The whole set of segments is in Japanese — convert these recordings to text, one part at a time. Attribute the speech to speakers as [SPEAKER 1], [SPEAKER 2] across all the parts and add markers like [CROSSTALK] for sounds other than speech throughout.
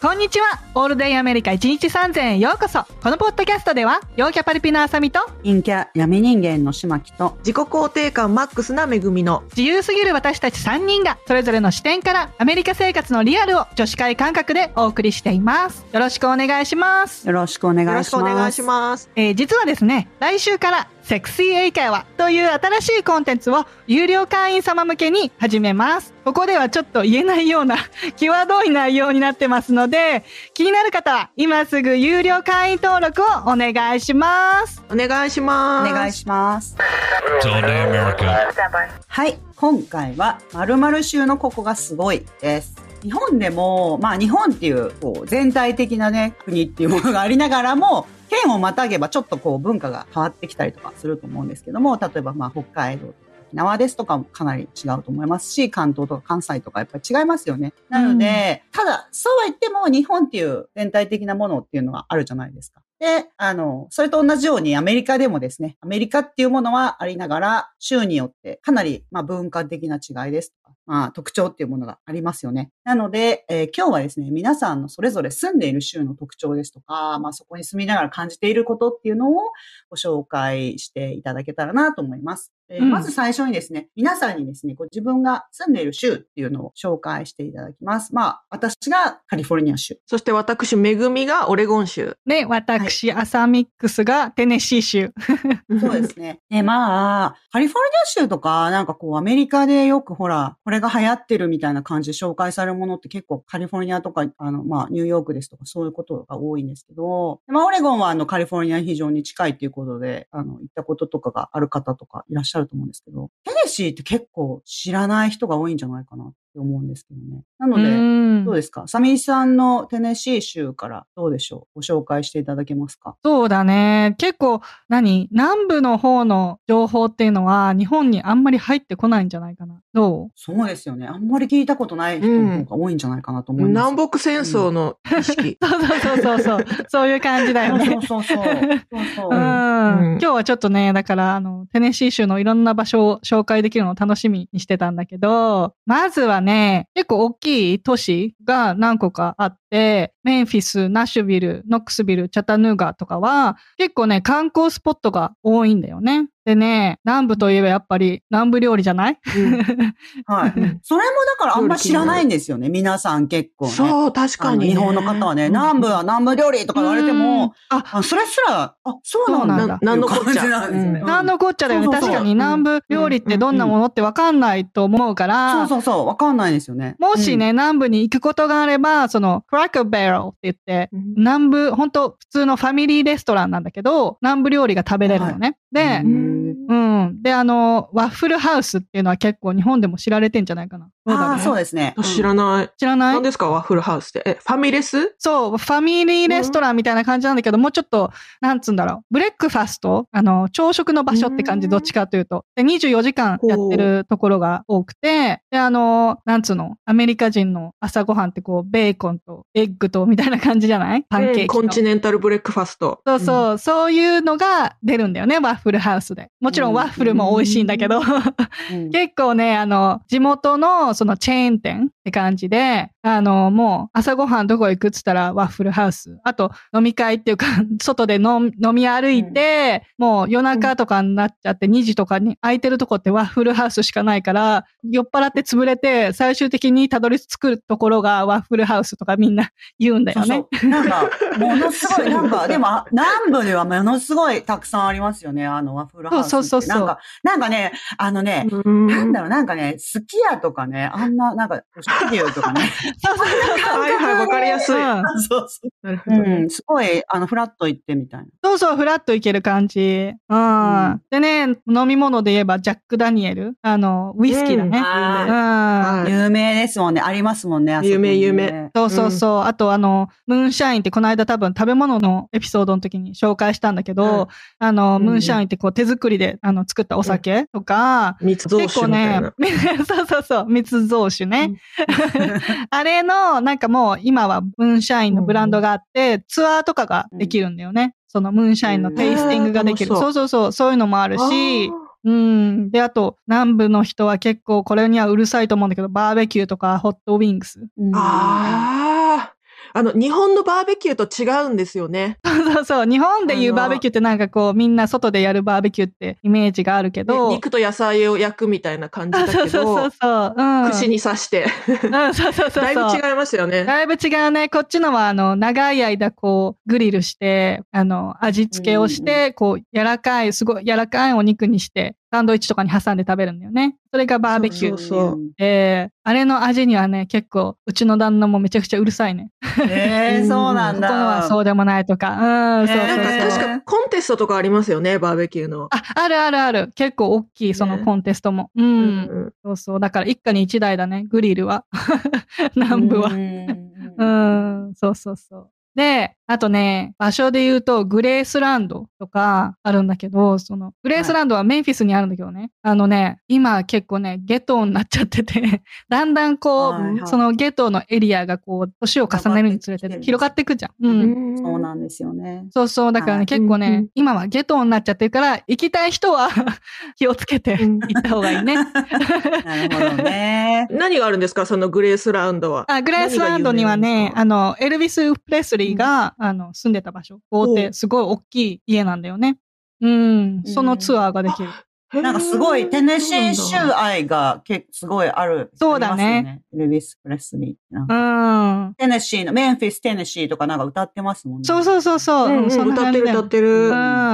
[SPEAKER 1] こんにちはオールデイアメリカ1日3000円ようこそこのポッドキャストでは陽キャパリピのあさみと
[SPEAKER 2] 陰キャ闇人間の島木と
[SPEAKER 3] 自己肯定感マックスな恵みの
[SPEAKER 1] 自由すぎる私たち3人がそれぞれの視点からアメリカ生活のリアルを女子会感覚でお送りしていますよろしくお願いします
[SPEAKER 2] よろしくお願
[SPEAKER 3] よろ
[SPEAKER 2] い
[SPEAKER 3] し
[SPEAKER 2] し
[SPEAKER 3] くお願
[SPEAKER 2] ま
[SPEAKER 3] いし
[SPEAKER 2] す。
[SPEAKER 3] ます。
[SPEAKER 1] えー実はですね来週からセクシー英会話という新しいコンテンツを有料会員様向けに始めます。ここではちょっと言えないような [LAUGHS] 際どい内容になってますので、気になる方は今すぐ有料会員登録をお願いします。
[SPEAKER 3] お願いします。
[SPEAKER 2] お願いします。
[SPEAKER 4] It's all day America.
[SPEAKER 2] はい、今回は〇〇州のここがすごいです。日本でも、まあ日本っていうこう全体的なね、国っていうものがありながらも、県をまたげばちょっとこう文化が変わってきたりとかすると思うんですけども、例えばまあ北海道沖縄ですとかもかなり違うと思いますし、関東とか関西とかやっぱり違いますよね。なので、ただ、そうは言っても日本っていう全体的なものっていうのがあるじゃないですか。で、あの、それと同じようにアメリカでもですね、アメリカっていうものはありながら、州によってかなり、まあ、文化的な違いですとか、まあ、特徴っていうものがありますよね。なので、えー今日はですね、皆さんのそれぞれ住んでいる州の特徴ですとか、まあ、そこに住みながら感じていることっていうのをご紹介していただけたらなと思います。えー
[SPEAKER 1] うん
[SPEAKER 2] まず最初にですね、皆さんにですね、ご自分が住んでいる州っていうのを紹介していただきます。まあ、私がカリフォルニア州。
[SPEAKER 3] そして私、めぐみがオレゴン州。
[SPEAKER 1] ね、私、アサミックスがテネシー州。
[SPEAKER 2] そう [LAUGHS] ですね。ね、まあ、カリフォルニア州とか、なんかこう、アメリカでよくほら、これが流行ってるみたいな感じで紹介されるものって結構カリフォルニアとか、あの、まあ、ニューヨークですとか、そういうことが多いんですけど、まあ、オレゴンはあの、カリフォルニアに非常に近いっていうことで、あの、行ったこととかがある方とかいらっしゃると思うんですけど、テネシーって結構知らない人が多いんじゃないかなって思うんですけどね。なの
[SPEAKER 1] う
[SPEAKER 2] で、
[SPEAKER 1] ん
[SPEAKER 2] どうですかサミーさんのテネシー州からどうでしょうご紹介していただけますか
[SPEAKER 1] そうだね。結構、何南部の方の情報っていうのは日本にあんまり入ってこないんじゃないかな。ど
[SPEAKER 2] そうですよね。あんまり聞いたことない人の方が多いんじゃないかなと思います。
[SPEAKER 3] 南北戦争の意識。
[SPEAKER 1] うそうそうそうそう。 [LAUGHS] そういう感じだよね。
[SPEAKER 2] そうそうそうそう。そう
[SPEAKER 1] [LAUGHS]
[SPEAKER 2] そうう。
[SPEAKER 1] ん
[SPEAKER 3] うん
[SPEAKER 1] 今日はちょっとね、だから、あの、テネシー州のいろんな場所を紹介できるのを楽しみにしてたんだけど、まずはね、結構大きい都市が何個かあって、メンフィス、ナッシュビル、ノックスビル、チャタヌーガとかは、結構ね、観光スポットが多いんだよね。でね、南部といえばやっぱり南部料理じゃない
[SPEAKER 3] うん
[SPEAKER 2] はい。それもだからあんま知らないんですよね。皆さん結構ね。う。
[SPEAKER 3] そう、確かにね。
[SPEAKER 2] 日本の方はね、
[SPEAKER 3] うん
[SPEAKER 2] 南部は南部料理とか言われて
[SPEAKER 1] うん
[SPEAKER 2] も、、
[SPEAKER 1] あ、
[SPEAKER 2] あそれすら、あ、そうなんだ。
[SPEAKER 3] ななんのこっちゃ
[SPEAKER 2] っていう感じなんですよね
[SPEAKER 3] うん
[SPEAKER 1] 何のこっちゃだよね。
[SPEAKER 2] そうそうそう
[SPEAKER 1] 確かに
[SPEAKER 3] うん
[SPEAKER 1] 南部料理ってどんなものってわかんないと思うから、
[SPEAKER 2] そうそうそう。わかんないですよね。
[SPEAKER 1] もしね、南部に行くことがあれば、その、クラックベロって言って、南部、本当普通のファミリーレストランなんだけど、南部料理が食べれるのね。
[SPEAKER 2] はい
[SPEAKER 1] で
[SPEAKER 2] う、
[SPEAKER 3] うん
[SPEAKER 2] ん
[SPEAKER 1] うん。で、あの、ワッフルハウスっていうのは結構日本でも知られてんじゃないかな。
[SPEAKER 2] うん。ああ、
[SPEAKER 1] そ
[SPEAKER 2] そ
[SPEAKER 1] だ
[SPEAKER 2] うう
[SPEAKER 1] ね
[SPEAKER 2] ですね。
[SPEAKER 3] 知らない。
[SPEAKER 1] 知らない
[SPEAKER 3] 何ですかワッフルハウスって。え、ファミレス
[SPEAKER 1] そう、ファミリーレストランみたいな感じなんだけど、もうちょっと、なんつうんだろう、ブレックファスト、あの、朝食の場所って感じ、
[SPEAKER 3] うん
[SPEAKER 1] どっちかというと。で、24時間やってるところが多くて、で、あの、なんつうの、アメリカ人の朝ごはんってこう、ベーコンとエッグとみたいな感じじゃないパンケーキの、
[SPEAKER 3] うんコンチネンタルブレックファスト。
[SPEAKER 1] そうそう、そういうのが出るんだよね、ワッフルハウスで。もちろん
[SPEAKER 2] うん
[SPEAKER 1] ワッフルも美味しいんだけど、
[SPEAKER 2] う
[SPEAKER 1] [LAUGHS]
[SPEAKER 2] ん
[SPEAKER 1] 結構ね、あの、地元のそのチェーン店って感じで、あの、もう朝ごはんどこ行くっつったらワッフルハウス。あと飲み会っていうか、 [LAUGHS] 外で飲み飲み歩いて、もう夜中とかになっちゃって2時とかに空いてるとこってワッフルハウスしかないから、酔っ払って潰れて最終的にたどり着くところがワッフルハウスとかみんな言うんだよね。
[SPEAKER 2] そうそうなんか、ものすごい、なんか、でも、南部ではものすごいたくさんありますよね、あの、ワッフルハウスって。
[SPEAKER 1] そうそうそうそう
[SPEAKER 2] なんか、なんかね、あのね、
[SPEAKER 3] うん
[SPEAKER 2] なんだろう、なんかね、すき家とかね、あんな、なんか、スキューと
[SPEAKER 1] [LAUGHS]
[SPEAKER 2] かね。
[SPEAKER 1] そうそうそう
[SPEAKER 3] はいはい、わかりやすい。
[SPEAKER 1] うん
[SPEAKER 2] そうそ
[SPEAKER 3] なるほ
[SPEAKER 2] う。
[SPEAKER 3] ど。
[SPEAKER 2] うん、すごい、あの、フラット行ってみたいな。
[SPEAKER 1] そうそう、フラッといける感じ。うん。
[SPEAKER 2] うん
[SPEAKER 1] でね、飲み物で言えば、ジャック・ダニエル。あの、ウイスキーだね。う
[SPEAKER 2] あ
[SPEAKER 1] ん。
[SPEAKER 2] ー
[SPEAKER 3] はい
[SPEAKER 2] 有名ですもんね、ありますもんね、あそこにね
[SPEAKER 3] 有名有名。
[SPEAKER 1] そうそうそう。あと、あの、ムーンシャインってこの間多分食べ物のエピソードの時に紹介したんだけど、
[SPEAKER 3] うん
[SPEAKER 1] あの、
[SPEAKER 3] うん
[SPEAKER 1] ムーンシャインってこう手作りであの作ったお酒とか、
[SPEAKER 3] 密造
[SPEAKER 1] 結構
[SPEAKER 3] 酒みたい
[SPEAKER 1] ね [LAUGHS]
[SPEAKER 3] な。、
[SPEAKER 1] そうそうそう、密造酒ね。 [LAUGHS] あれの、なんかもう今はムーンシャインのブランドがあって、ツアーとかができるんだよね。そのムーンシャインのテイスティングができる。
[SPEAKER 3] うん
[SPEAKER 1] そうそうそう、そういうのもあるし
[SPEAKER 3] あ、
[SPEAKER 1] うん。で、あと、南部の人は結構これにはうるさいと思うんだけど、バーベキューとかホットウィングス。
[SPEAKER 2] うん
[SPEAKER 3] ーあー。あの、日本のバーベキューと違うんですよね。
[SPEAKER 1] [LAUGHS] そうそうそう。日本で言うバーベキューってなんかこう、みんな外でやるバーベキューってイメージがあるけ
[SPEAKER 3] ね
[SPEAKER 1] ど。
[SPEAKER 3] 肉と野菜を焼くみたいな感じ
[SPEAKER 1] あ
[SPEAKER 3] だ
[SPEAKER 1] [LAUGHS] そう
[SPEAKER 3] け
[SPEAKER 1] そうそう
[SPEAKER 3] ど、
[SPEAKER 1] そう。うん。
[SPEAKER 3] 串に刺して、
[SPEAKER 1] うん、そうそうそうそう。
[SPEAKER 3] だいぶ違いましたよね。
[SPEAKER 1] だいぶ違うね。こっちのは、あの、長い間、こう、グリルして、あの、味付けをして、こう、柔らかい、すごい柔らかいお肉にして、サンドイッチとかに挟んで食べるんだよね。それがバーベキュー。
[SPEAKER 3] そうそう
[SPEAKER 1] えーあれの味にはね、結構、うちの旦那もめちゃくちゃうるさいね。
[SPEAKER 2] えー、そうなんだ。
[SPEAKER 1] ここのはそうでもないとか。うん、そうそう
[SPEAKER 2] ね
[SPEAKER 1] そ
[SPEAKER 3] な
[SPEAKER 1] うん
[SPEAKER 3] か確かコンテストとかありますよね、バーベキューの。
[SPEAKER 1] あ、あるあるある。結構大きい、その
[SPEAKER 3] ね
[SPEAKER 1] コンテストも。う。
[SPEAKER 3] うん
[SPEAKER 1] そうそう。だから、一家に一台だね、グリルは。 [LAUGHS] 南部は。う
[SPEAKER 2] は。
[SPEAKER 1] ん、そうそうそう。で、あとね、場所で言うと、グレースランドとかあるんだけど、その、グレースランドはメンフィスにあるんだけどね、あのね、今結構ね、ゲトになっちゃってて、 [LAUGHS] だんだんこう、
[SPEAKER 2] はいはい
[SPEAKER 1] そのゲトのエリアがこう、年を重ねるにつれて広がっていくじゃん。うん。
[SPEAKER 3] ん
[SPEAKER 2] そうなんですよね。
[SPEAKER 1] そうそう、だからね、
[SPEAKER 2] はい
[SPEAKER 1] 結構ね、
[SPEAKER 3] うんうん
[SPEAKER 1] 今はゲトになっちゃってるから、行きたい人は [LAUGHS] 気をつけて
[SPEAKER 3] うん
[SPEAKER 1] 行った方がいいね。
[SPEAKER 2] [LAUGHS] なるほどね。
[SPEAKER 3] 何があるんですか、そのグレースラウンドは。
[SPEAKER 1] あグレースランドにはね、あ
[SPEAKER 3] 何
[SPEAKER 1] の、エルヴィス・プレスリーが、あの、住んでた場所、豪
[SPEAKER 3] お
[SPEAKER 1] 邸、
[SPEAKER 3] う
[SPEAKER 1] すごい大きい家なんだよね。うん、そのツアーができる。
[SPEAKER 3] 有名
[SPEAKER 2] なん
[SPEAKER 3] な
[SPEAKER 2] か
[SPEAKER 3] の
[SPEAKER 2] すごい、テネシー州
[SPEAKER 3] そうなんだ
[SPEAKER 2] 愛がけすごいある。
[SPEAKER 1] そうだね
[SPEAKER 2] ありますよ。エルビス・プレスリーってなんか
[SPEAKER 1] うん。
[SPEAKER 2] テネシーの、メンフィス、テネシーとかなんか歌ってますもんね。
[SPEAKER 1] そうそうそうそう。
[SPEAKER 3] うんうん
[SPEAKER 1] そんな
[SPEAKER 3] 歌っ
[SPEAKER 1] 感じ
[SPEAKER 3] てる
[SPEAKER 1] だよ
[SPEAKER 3] 歌ってる。
[SPEAKER 1] う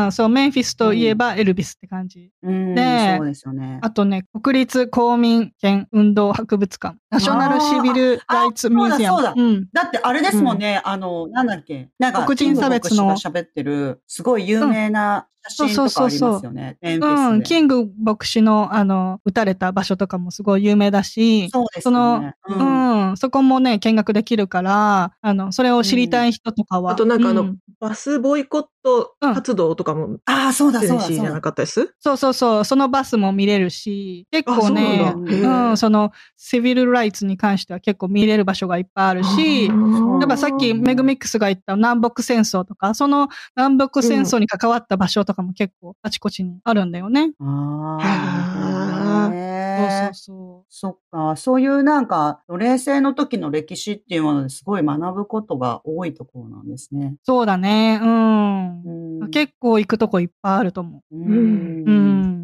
[SPEAKER 1] ん、そう、メンフィスといえばエルヴィスって感じ。
[SPEAKER 2] うん。
[SPEAKER 1] ねえ
[SPEAKER 2] そうですよね。
[SPEAKER 1] あとね、国立公民権運動博物館、ナショナルシビル・ライツ・ミュージアム。
[SPEAKER 2] あーあそう
[SPEAKER 1] う
[SPEAKER 2] だ
[SPEAKER 1] ん。
[SPEAKER 2] だってあれですもんね、あの、なんだっけ、なんか、
[SPEAKER 1] 黒人差別の
[SPEAKER 2] キング牧師が喋ってる、すごい有名な写真とかありますよね。メンフィス
[SPEAKER 1] う
[SPEAKER 2] で
[SPEAKER 1] ん、キング牧師の、あの、撃たれた場所とかもすごい有名だし、
[SPEAKER 2] そうですよね。う
[SPEAKER 1] うんん、そこもね、見学できるから、あの、それを知りたい人とかは。
[SPEAKER 3] うんあとなんかあの
[SPEAKER 1] う
[SPEAKER 3] バスボイコット活動とかも、
[SPEAKER 2] ああ、そうだ、
[SPEAKER 3] テ
[SPEAKER 2] そう
[SPEAKER 3] ネ
[SPEAKER 2] だ、
[SPEAKER 3] シー
[SPEAKER 2] そ
[SPEAKER 3] じ
[SPEAKER 2] う
[SPEAKER 3] ゃな
[SPEAKER 2] だ。
[SPEAKER 3] かったです。
[SPEAKER 1] そうそうそう、そのバスも見れるし、結
[SPEAKER 3] あ、そ
[SPEAKER 1] 構
[SPEAKER 3] う
[SPEAKER 1] ね、
[SPEAKER 3] な
[SPEAKER 1] うんん
[SPEAKER 3] だ。へ
[SPEAKER 1] そ
[SPEAKER 3] ー
[SPEAKER 1] の、シビルライツに関しては結構見れる場所がいっぱいあるし、
[SPEAKER 3] あ
[SPEAKER 1] や
[SPEAKER 3] ー
[SPEAKER 1] っぱさっきメグミックスが言った南北戦争とか、その南北戦争に関わった場所とかも結構あちこちにあるんだよね。
[SPEAKER 2] あ
[SPEAKER 1] そう
[SPEAKER 2] あ、ね
[SPEAKER 1] そうそ
[SPEAKER 2] そっか、そういうなんか、奴隷制の時の歴史っていうものですごい学ぶことが多いところなんですね。
[SPEAKER 1] う。そうだね、うん。
[SPEAKER 2] うん
[SPEAKER 1] 結構行くとこいっぱいあると思う。
[SPEAKER 2] う。
[SPEAKER 1] うん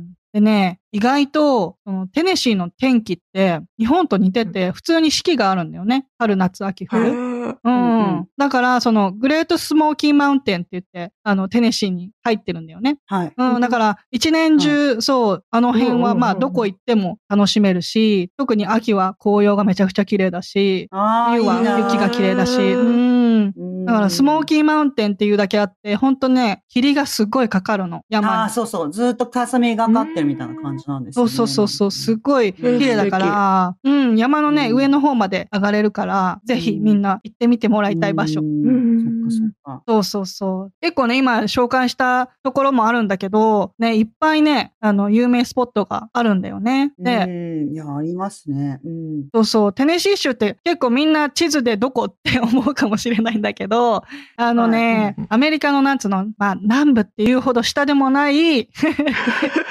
[SPEAKER 1] ん。でね、意外と、そのテネシーの天気って、日本と似てて、普通に四季があるんだよね。春、夏、秋、
[SPEAKER 3] へ
[SPEAKER 1] 冬。
[SPEAKER 3] ー
[SPEAKER 1] う
[SPEAKER 2] うんうん
[SPEAKER 1] ん。だから、その、グレートスモーキーマウンテンって言って、あの、テネシーに入ってるんだよね。
[SPEAKER 2] はい。
[SPEAKER 1] うん。だから、一年中、そう、あの辺
[SPEAKER 3] うんうんうんう
[SPEAKER 1] は、
[SPEAKER 3] ん
[SPEAKER 1] まあ、どこ行っても楽しめるし、特に秋は紅葉がめちゃくちゃ綺麗だし、
[SPEAKER 2] ああ、
[SPEAKER 1] 冬はい
[SPEAKER 2] いな
[SPEAKER 1] 雪が綺麗だし、
[SPEAKER 3] う
[SPEAKER 1] うん。
[SPEAKER 2] うん
[SPEAKER 1] だから、スモーキーマウンテンっていうだけあって、ほんとね、霧がすごいかかるの。山に
[SPEAKER 2] ああ、。そうそう。ずっと霞がかってるみたいな感じなんです
[SPEAKER 1] そ
[SPEAKER 2] よ
[SPEAKER 1] う
[SPEAKER 2] ね。
[SPEAKER 1] そうそうそう、すごい綺
[SPEAKER 2] うん
[SPEAKER 1] 麗だから、うん、山のね、
[SPEAKER 2] うん
[SPEAKER 1] 上の方まで上がれるから、ぜひみんな行ってみてもらいたい場所。
[SPEAKER 2] うんそっかそっか。
[SPEAKER 1] そうそうそう。結構ね、今紹介したところもあるんだけど、ね、いっぱいね、あの、有名スポットがあるんだよね。で、
[SPEAKER 2] うん、いや、ありますね。うん。
[SPEAKER 1] そうそう、テネシー州って結構みんな地図でどこって思うかもしれないんだけど、あの
[SPEAKER 3] はい
[SPEAKER 1] ね、
[SPEAKER 3] うんうん
[SPEAKER 1] アメリカのなんつうの、まあ南部っていうほど下でも
[SPEAKER 3] [LAUGHS]
[SPEAKER 1] ない、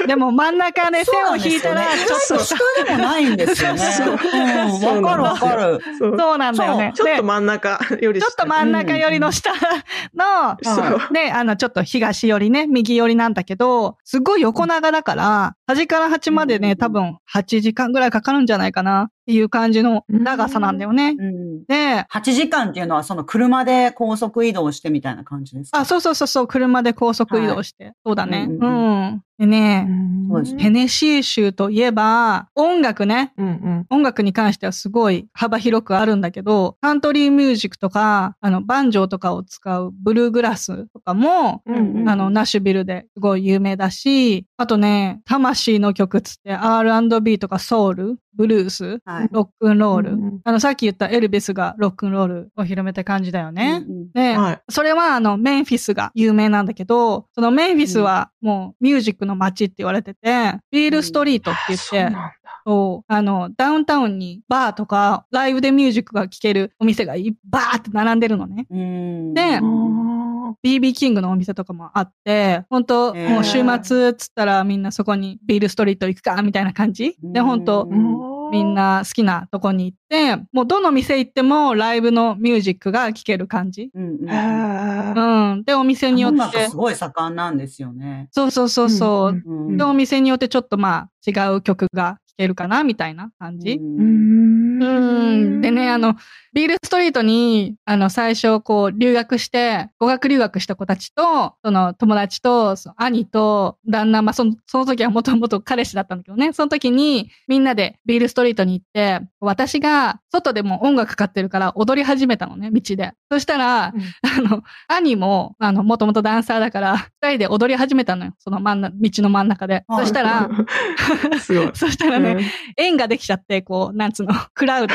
[SPEAKER 1] でも真ん中で
[SPEAKER 2] そ
[SPEAKER 1] 線を
[SPEAKER 2] うなんです
[SPEAKER 1] 引い
[SPEAKER 2] よ
[SPEAKER 1] た
[SPEAKER 2] ね
[SPEAKER 1] らちょっ
[SPEAKER 2] そう
[SPEAKER 1] と
[SPEAKER 2] 下でもないんですよね。
[SPEAKER 3] そう
[SPEAKER 2] うん、わかるわかる。
[SPEAKER 3] そう
[SPEAKER 1] そうなんだよね。
[SPEAKER 3] ちょっ
[SPEAKER 1] で
[SPEAKER 3] と真ん中より
[SPEAKER 1] ちょっと真ん中寄りの下の、
[SPEAKER 2] 真ん中
[SPEAKER 3] そう
[SPEAKER 1] ね、あの、ちょっと東寄りね、右寄りなんだけど、すごい横長だから、端から端まで
[SPEAKER 2] うんうんう
[SPEAKER 1] ね、
[SPEAKER 2] ん
[SPEAKER 1] 多分8時間ぐらいかかるんじゃないかなっていう感じの長さなんだよね。
[SPEAKER 2] うん。
[SPEAKER 1] で、
[SPEAKER 2] 8時間っていうのは、その車で高速移動してみたいな感じですか
[SPEAKER 1] あ、そうそうそうそう、車で高速移動して。そうだね。
[SPEAKER 2] うん
[SPEAKER 1] う、
[SPEAKER 2] うん
[SPEAKER 1] でね、
[SPEAKER 2] そうです
[SPEAKER 1] テネシー州といえば、音楽ね。
[SPEAKER 3] うんうん
[SPEAKER 1] 音楽に関してはすごい幅広くあるんだけど、カントリーミュージックとか、あの、バンジョーとかを使うブルーグラスとかも、
[SPEAKER 3] うん
[SPEAKER 2] うんうん
[SPEAKER 1] あの、ナッシュビルですごい有名だし、あとね、魂の曲っつって、R&B とかソウル、ブルース、
[SPEAKER 2] はい。
[SPEAKER 1] ロックンロール。
[SPEAKER 3] うんうん
[SPEAKER 1] あの、さっき言ったエルビスがロックンロールを広めた感じだよね。
[SPEAKER 2] うんうん。
[SPEAKER 1] で、
[SPEAKER 3] はい
[SPEAKER 1] それはあの、メンフィスが有名なんだけど、そのメンフィスはもうミュージックの街って言われてて、ビールストリートって言っ
[SPEAKER 3] そうなん
[SPEAKER 1] て、
[SPEAKER 3] だ
[SPEAKER 1] そうあの、ダウンタウンにバーとかライブでミュージックが聴けるお店がいバーって並んでるのね。
[SPEAKER 2] うん。
[SPEAKER 1] で
[SPEAKER 3] あー
[SPEAKER 1] BB キングのお店とかもあって、本当
[SPEAKER 2] へー
[SPEAKER 1] もう週末っつったらみんなそこにビールストリート行くか、みたいな感じ。で、本当
[SPEAKER 2] うん
[SPEAKER 1] みんな好きなとこに行って、もうどの店行ってもライブのミュージックが聴ける感じ。
[SPEAKER 2] うんうんうん
[SPEAKER 1] う
[SPEAKER 3] あ
[SPEAKER 1] ん。で、お店によ
[SPEAKER 2] 音
[SPEAKER 1] っ
[SPEAKER 2] 楽
[SPEAKER 1] て
[SPEAKER 2] す、ごい盛んなんですよね。
[SPEAKER 1] そうそうそうそう。
[SPEAKER 3] うん
[SPEAKER 2] うん
[SPEAKER 1] で、お店によってちょっとまあ違う曲が聴けるかなみたいな感じ。
[SPEAKER 2] うん
[SPEAKER 3] ん
[SPEAKER 1] うん。でね、あの、ビールストリートに、あの、最初、こう、留学して、語学留学した子たちと、その、友達と、その兄と、旦那、まあ、その、その時はもともと彼氏だったんだけどね、その時に、みんなでビールストリートに行って、私が、外でも音楽かかってるから、踊り始めたのね、道で。そしたら、
[SPEAKER 3] うん
[SPEAKER 1] あの、兄も、あの、もともとダンサーだから、二人で踊り始めたのよ、その真ん中、道の真ん中で。
[SPEAKER 2] は
[SPEAKER 1] そ
[SPEAKER 2] い
[SPEAKER 1] したら、
[SPEAKER 3] [LAUGHS] すごい。
[SPEAKER 1] [LAUGHS] そしたらね、縁ができちゃって、こう、なんつうの、 [LAUGHS] クラ
[SPEAKER 3] [LAUGHS]
[SPEAKER 1] ウド。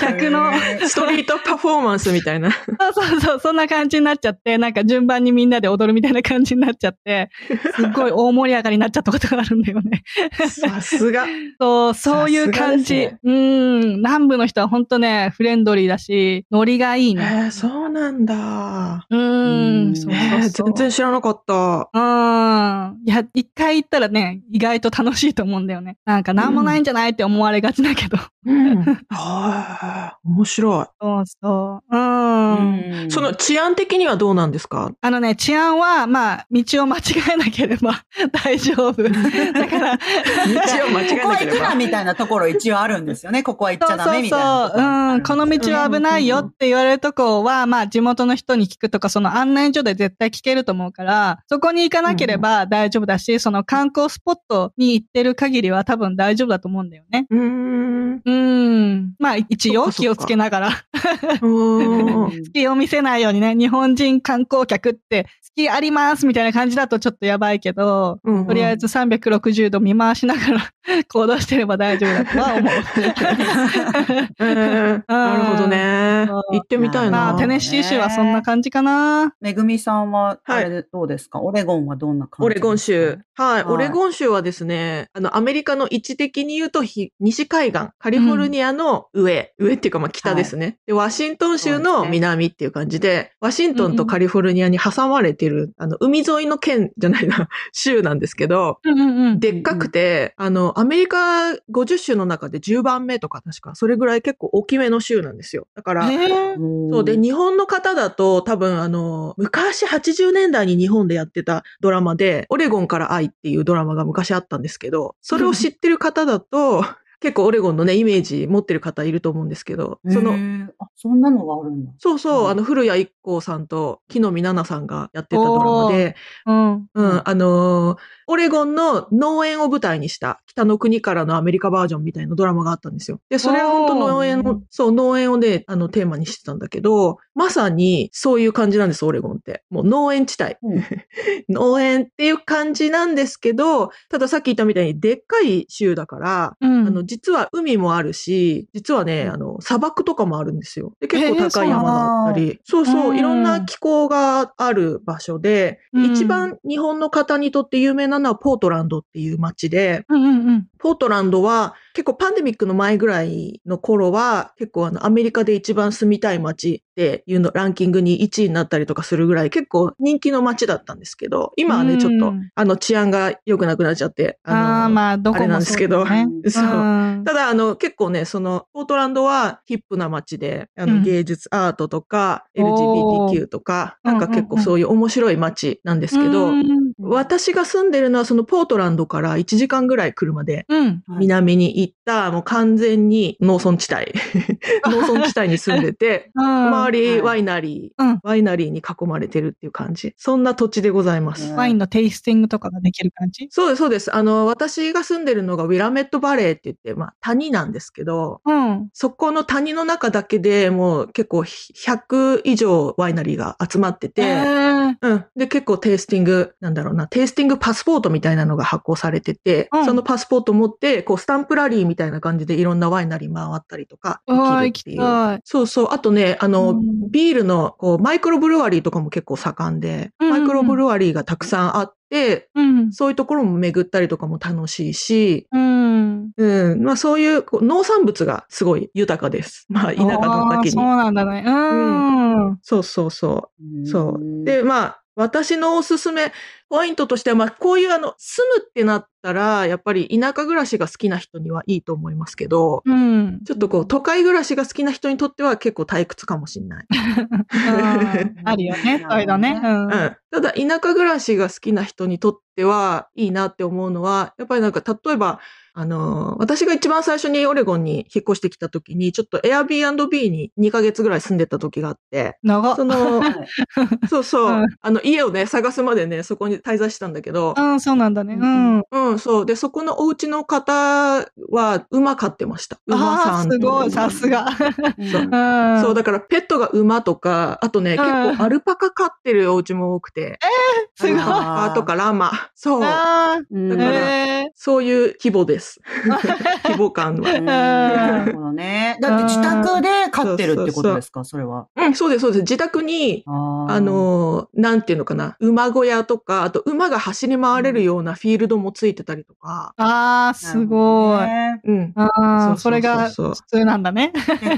[SPEAKER 1] 客の、
[SPEAKER 2] へ
[SPEAKER 3] うんストリートパフォーマンスみたいな。
[SPEAKER 1] そうそうそう、そんな感じになっちゃって、なんか順番にみんなで踊るみたいな感じになっちゃって、すっご
[SPEAKER 3] [LAUGHS]
[SPEAKER 1] い大盛り上がりになっちゃったことがあるんだよね。
[SPEAKER 3] さすが。
[SPEAKER 1] そう、そういう感じ。
[SPEAKER 3] さすが
[SPEAKER 1] うん、南部の人は本当ね、フレンドリーだし、ノリがいい
[SPEAKER 3] え
[SPEAKER 1] ね。
[SPEAKER 3] ー、そうなんだ。
[SPEAKER 1] うん、そう
[SPEAKER 3] え
[SPEAKER 1] そう
[SPEAKER 3] ー、
[SPEAKER 1] そう。
[SPEAKER 3] 全然知らなかった。
[SPEAKER 1] うん。いや、一回行ったらね、意外と楽しいと思うんだよね。なんか、なんもないんじゃないって思われがちだけど。
[SPEAKER 3] うん。はい。面白
[SPEAKER 1] そうそう。うん
[SPEAKER 3] い。その、治安的にはどうなんですか
[SPEAKER 1] あのね、治安は、まあ、道を間違えなければ [LAUGHS] 大丈
[SPEAKER 3] [LAUGHS]
[SPEAKER 1] 夫。だから、
[SPEAKER 3] 道を間違え
[SPEAKER 2] ここ
[SPEAKER 3] な
[SPEAKER 2] は
[SPEAKER 3] け
[SPEAKER 2] 行
[SPEAKER 3] れ
[SPEAKER 2] くな
[SPEAKER 3] ば。
[SPEAKER 2] みたいなところ一応あるんですよね。ここは行っち
[SPEAKER 1] そ
[SPEAKER 2] ゃ
[SPEAKER 1] う
[SPEAKER 2] ダ
[SPEAKER 1] そ
[SPEAKER 2] メ
[SPEAKER 1] う
[SPEAKER 2] みたいなと
[SPEAKER 1] そう、
[SPEAKER 2] ろがあ
[SPEAKER 1] うん、
[SPEAKER 2] るです
[SPEAKER 1] こ
[SPEAKER 2] よ
[SPEAKER 1] の
[SPEAKER 2] ね。
[SPEAKER 1] 道は危ないよって言われるとこは、まあ、地元の人に聞くとか、その案内所で絶対聞けると思うから、そこに行かなければ大丈夫だし、その観光スポットに行ってる限りは多分大丈夫だと思うんだよね。
[SPEAKER 3] うー
[SPEAKER 1] [LAUGHS]
[SPEAKER 3] ん。
[SPEAKER 1] うん。まあ、一
[SPEAKER 3] そ
[SPEAKER 1] 応
[SPEAKER 3] っかそっ
[SPEAKER 1] 気
[SPEAKER 3] か
[SPEAKER 1] をつけながら。
[SPEAKER 3] うーん
[SPEAKER 1] 隙を見せないようにね、日本人観光客って、隙ありますみたいな感じだとちょっとやばいけど、
[SPEAKER 3] うん
[SPEAKER 1] とりあえず360度見回しながら [LAUGHS] 行動してれば大丈夫だと
[SPEAKER 3] [LAUGHS]
[SPEAKER 1] は思う。
[SPEAKER 3] えーなるほどね。
[SPEAKER 1] そ
[SPEAKER 3] 行
[SPEAKER 1] う
[SPEAKER 3] ってみた
[SPEAKER 1] ま
[SPEAKER 3] いな。
[SPEAKER 1] あ、テネシー州はそんな感じかな。
[SPEAKER 2] めぐみさんは、
[SPEAKER 3] は
[SPEAKER 2] あ
[SPEAKER 3] い
[SPEAKER 2] れでどうですか、オレゴンはどんな感じ
[SPEAKER 3] オレゴン
[SPEAKER 2] です
[SPEAKER 3] 州
[SPEAKER 2] か。。
[SPEAKER 3] はい。
[SPEAKER 2] はい
[SPEAKER 3] オレゴン州はですね、あの、アメリカの位置的に言うと、ひ西海岸、カリフォルニアの上、上っていうか、まあ、北ですね、で、ワシントン州
[SPEAKER 2] そうです
[SPEAKER 3] の
[SPEAKER 2] ね
[SPEAKER 3] 南っていう感じで、ワシントンとカリフォルニアに挟まれてる、あの、海沿いの県じゃないな、 [LAUGHS] 州なんですけど、
[SPEAKER 1] うんうんうん。
[SPEAKER 3] でっかくて、あの、アメリカ50州の中で10番目とか確か、それぐらい結構大きめの州なんですよ。だから、
[SPEAKER 1] へー
[SPEAKER 2] そ
[SPEAKER 3] そうで、日本の方だと多分あの、昔80年代に日本でやってたドラマで、オレゴンから愛っていうドラマが昔あったんですけど、それを知ってる方だと、結構オレゴンのね、イメージ持ってる方いると思うんですけど、その、
[SPEAKER 2] あ、そんなのがあるんだ。
[SPEAKER 3] そうそう、
[SPEAKER 2] うん
[SPEAKER 3] あの、古谷一行さんと木の実奈々さんがやってたドラマで、
[SPEAKER 1] うん。
[SPEAKER 3] うん、あのーオレゴンの農園を舞台にした北の国からのアメリカバージョンみたいなドラマがあったんですよ。で、それは本当農園
[SPEAKER 2] お
[SPEAKER 3] を、そう、農園をね、あの、テーマにしてたんだけど、まさにそういう感じなんです、オレゴンって。もう農園地帯。
[SPEAKER 2] うん
[SPEAKER 3] [LAUGHS] 農園っていう感じなんですけど、たださっき言ったみたいにでっかい州だから、
[SPEAKER 1] うん。
[SPEAKER 3] あの、実は海もあるし、実はね、あの、砂漠とかもあるんですよ。で、結構高い山があったり、そうそうう、
[SPEAKER 1] ん
[SPEAKER 3] いろんな気候がある場所で、
[SPEAKER 1] うん
[SPEAKER 3] 一番日本の方にとって有名なのはポートランドっていう街で、
[SPEAKER 1] うんうんうん。
[SPEAKER 3] ポートランドは結構パンデミックの前ぐらいの頃は結構あのアメリカで一番住みたい街っていうのランキングに1位になったりとかするぐらい結構人気の街だったんですけど、今は
[SPEAKER 1] う
[SPEAKER 3] ね、
[SPEAKER 1] ん
[SPEAKER 3] ちょっとあの治安が良くなくなっちゃって、
[SPEAKER 1] あー
[SPEAKER 3] の
[SPEAKER 1] まあ、どこも
[SPEAKER 3] あれなんですけ
[SPEAKER 1] そ
[SPEAKER 3] ど
[SPEAKER 1] うだよね
[SPEAKER 3] [LAUGHS] そうう。
[SPEAKER 1] ん
[SPEAKER 3] ただ、あの、結構ね、その、ポートランドはヒップな街で、あの、
[SPEAKER 1] うん
[SPEAKER 3] 芸術、アートとか、
[SPEAKER 1] おー
[SPEAKER 3] LGBTQ とか、なんか結構そういう面白い街なんですけど、
[SPEAKER 1] うん。
[SPEAKER 3] 私が住んでるのはそのポートランドから1時間ぐらい車で
[SPEAKER 1] うん。
[SPEAKER 2] はい
[SPEAKER 3] 南に行った、もう完全に農村
[SPEAKER 1] [LAUGHS]
[SPEAKER 3] 地帯。農村地帯に住んでて、
[SPEAKER 1] 周
[SPEAKER 3] 周
[SPEAKER 1] り。
[SPEAKER 3] り
[SPEAKER 2] うん
[SPEAKER 3] ワイナリー、
[SPEAKER 1] うん
[SPEAKER 3] ワイナリーに囲まれてるっていう感じ。そんな土地でございます。
[SPEAKER 1] ワインのテイスティングとかができる感じ
[SPEAKER 3] そうです、そうです。あの、私が住んでるのがウィラメットバレーって言って、まあ谷なんですけど、
[SPEAKER 1] うん。
[SPEAKER 3] そこの谷の中だけでもう結構100以上ワイナリーが集まってて、
[SPEAKER 1] えー
[SPEAKER 3] うん。で、結構テイスティング、なんだろうな、テイスティングパスポートみたいなのが発行されてて、
[SPEAKER 1] うん
[SPEAKER 3] そのパスポート持って、こう、スタンプラリーみたいな感じでいろんなワイナリー回ったりとか、
[SPEAKER 1] うわー、
[SPEAKER 3] で
[SPEAKER 1] 行
[SPEAKER 3] きる
[SPEAKER 1] き
[SPEAKER 3] っていう。
[SPEAKER 1] たい。
[SPEAKER 3] そうそう。あとね、あの、
[SPEAKER 1] うん
[SPEAKER 3] ビールの、こう、マイクロブルワリーとかも結構盛んで、
[SPEAKER 1] うんうんうん
[SPEAKER 3] マイクロブルワリーがたくさんあって、
[SPEAKER 1] うん。
[SPEAKER 3] そういうところも巡ったりとかも楽しいし、
[SPEAKER 1] うん。
[SPEAKER 3] うん。まあそういうこう農産物がすごい豊かです。 [LAUGHS] まあ田舎のだ
[SPEAKER 1] あ
[SPEAKER 3] け
[SPEAKER 1] ーそう
[SPEAKER 3] に。
[SPEAKER 1] なんだね。うん。
[SPEAKER 3] そうそうそう。そう。で、まあ、私のおすすめ、ポイントとしては、まあ、こういうあの、住むってなったら、やっぱり田舎暮らしが好きな人にはいいと思いますけど、
[SPEAKER 1] うん。
[SPEAKER 3] ちょっとこう、都会暮らしが好きな人にとっては結構退屈かもしれない。
[SPEAKER 1] あるよ
[SPEAKER 3] [LAUGHS]
[SPEAKER 1] ね、そういうのね。うん。
[SPEAKER 3] うんただ、田舎暮らしが好きな人にとってはいいなって思うのは、やっぱりなんか、例えば、あのー私が一番最初にオレゴンに引っ越してきた時に、ちょっと Airbnb に2ヶ月ぐらい住んでた時があって、
[SPEAKER 1] 長っ
[SPEAKER 3] その、そうそ
[SPEAKER 1] [LAUGHS] う
[SPEAKER 3] う、
[SPEAKER 1] ん
[SPEAKER 3] あの、家をね、探すまでね、そこに滞在してたんだけど、
[SPEAKER 1] うん、そうなんだね。うん。
[SPEAKER 3] うん、そう。で、そこのお家の方は、馬飼ってました。馬
[SPEAKER 1] あ
[SPEAKER 3] さ
[SPEAKER 1] あ
[SPEAKER 3] ん
[SPEAKER 1] ー、すごい、
[SPEAKER 3] と。
[SPEAKER 1] さすが。
[SPEAKER 2] そう
[SPEAKER 1] う。ん。
[SPEAKER 3] そう、だからペットが馬とか、あとね、
[SPEAKER 1] ん
[SPEAKER 3] 結構アルパカ飼ってるお家も多くて。
[SPEAKER 1] すごい
[SPEAKER 3] アルパカとかラマ。そう。
[SPEAKER 1] あー
[SPEAKER 2] うん
[SPEAKER 3] だから
[SPEAKER 1] へー
[SPEAKER 3] そういう規模です。規模感は。
[SPEAKER 2] うんなるほどね。だって自宅で飼ってるってことですか、それは。
[SPEAKER 3] うん、そうです、そうです。自宅に、
[SPEAKER 2] あー
[SPEAKER 3] あ、のー、なんていうのかな、馬小屋とか、あと馬が走り回れるようなフィールドもついてたりとか。
[SPEAKER 1] あー、すごい。
[SPEAKER 2] ね
[SPEAKER 3] うん。
[SPEAKER 1] あ
[SPEAKER 3] そうそうそうそ
[SPEAKER 1] あ、
[SPEAKER 3] う
[SPEAKER 1] それが普通なんだね。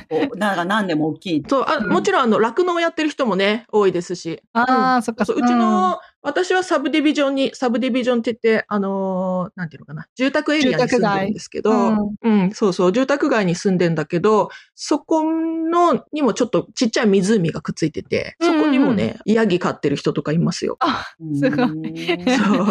[SPEAKER 2] 結構、なんか何でも大きい。
[SPEAKER 3] そう、あ、もちろん、あの、酪農をやってる人もね、多いですし。
[SPEAKER 1] ああ、そっか。
[SPEAKER 3] そう、うちの、私はサブディビジョンに、サブディビジョンって言って、あのーなんていうのかな、住宅エリアに住んでるんですけど、
[SPEAKER 1] 住宅
[SPEAKER 3] うん、そうそう、住宅街に住んでんだけど、そこの、にもちょっとちっちゃい湖がくっついてて、そこにもね、ヤギ飼ってる人とかいますよ。
[SPEAKER 1] すごい
[SPEAKER 2] い
[SPEAKER 3] そ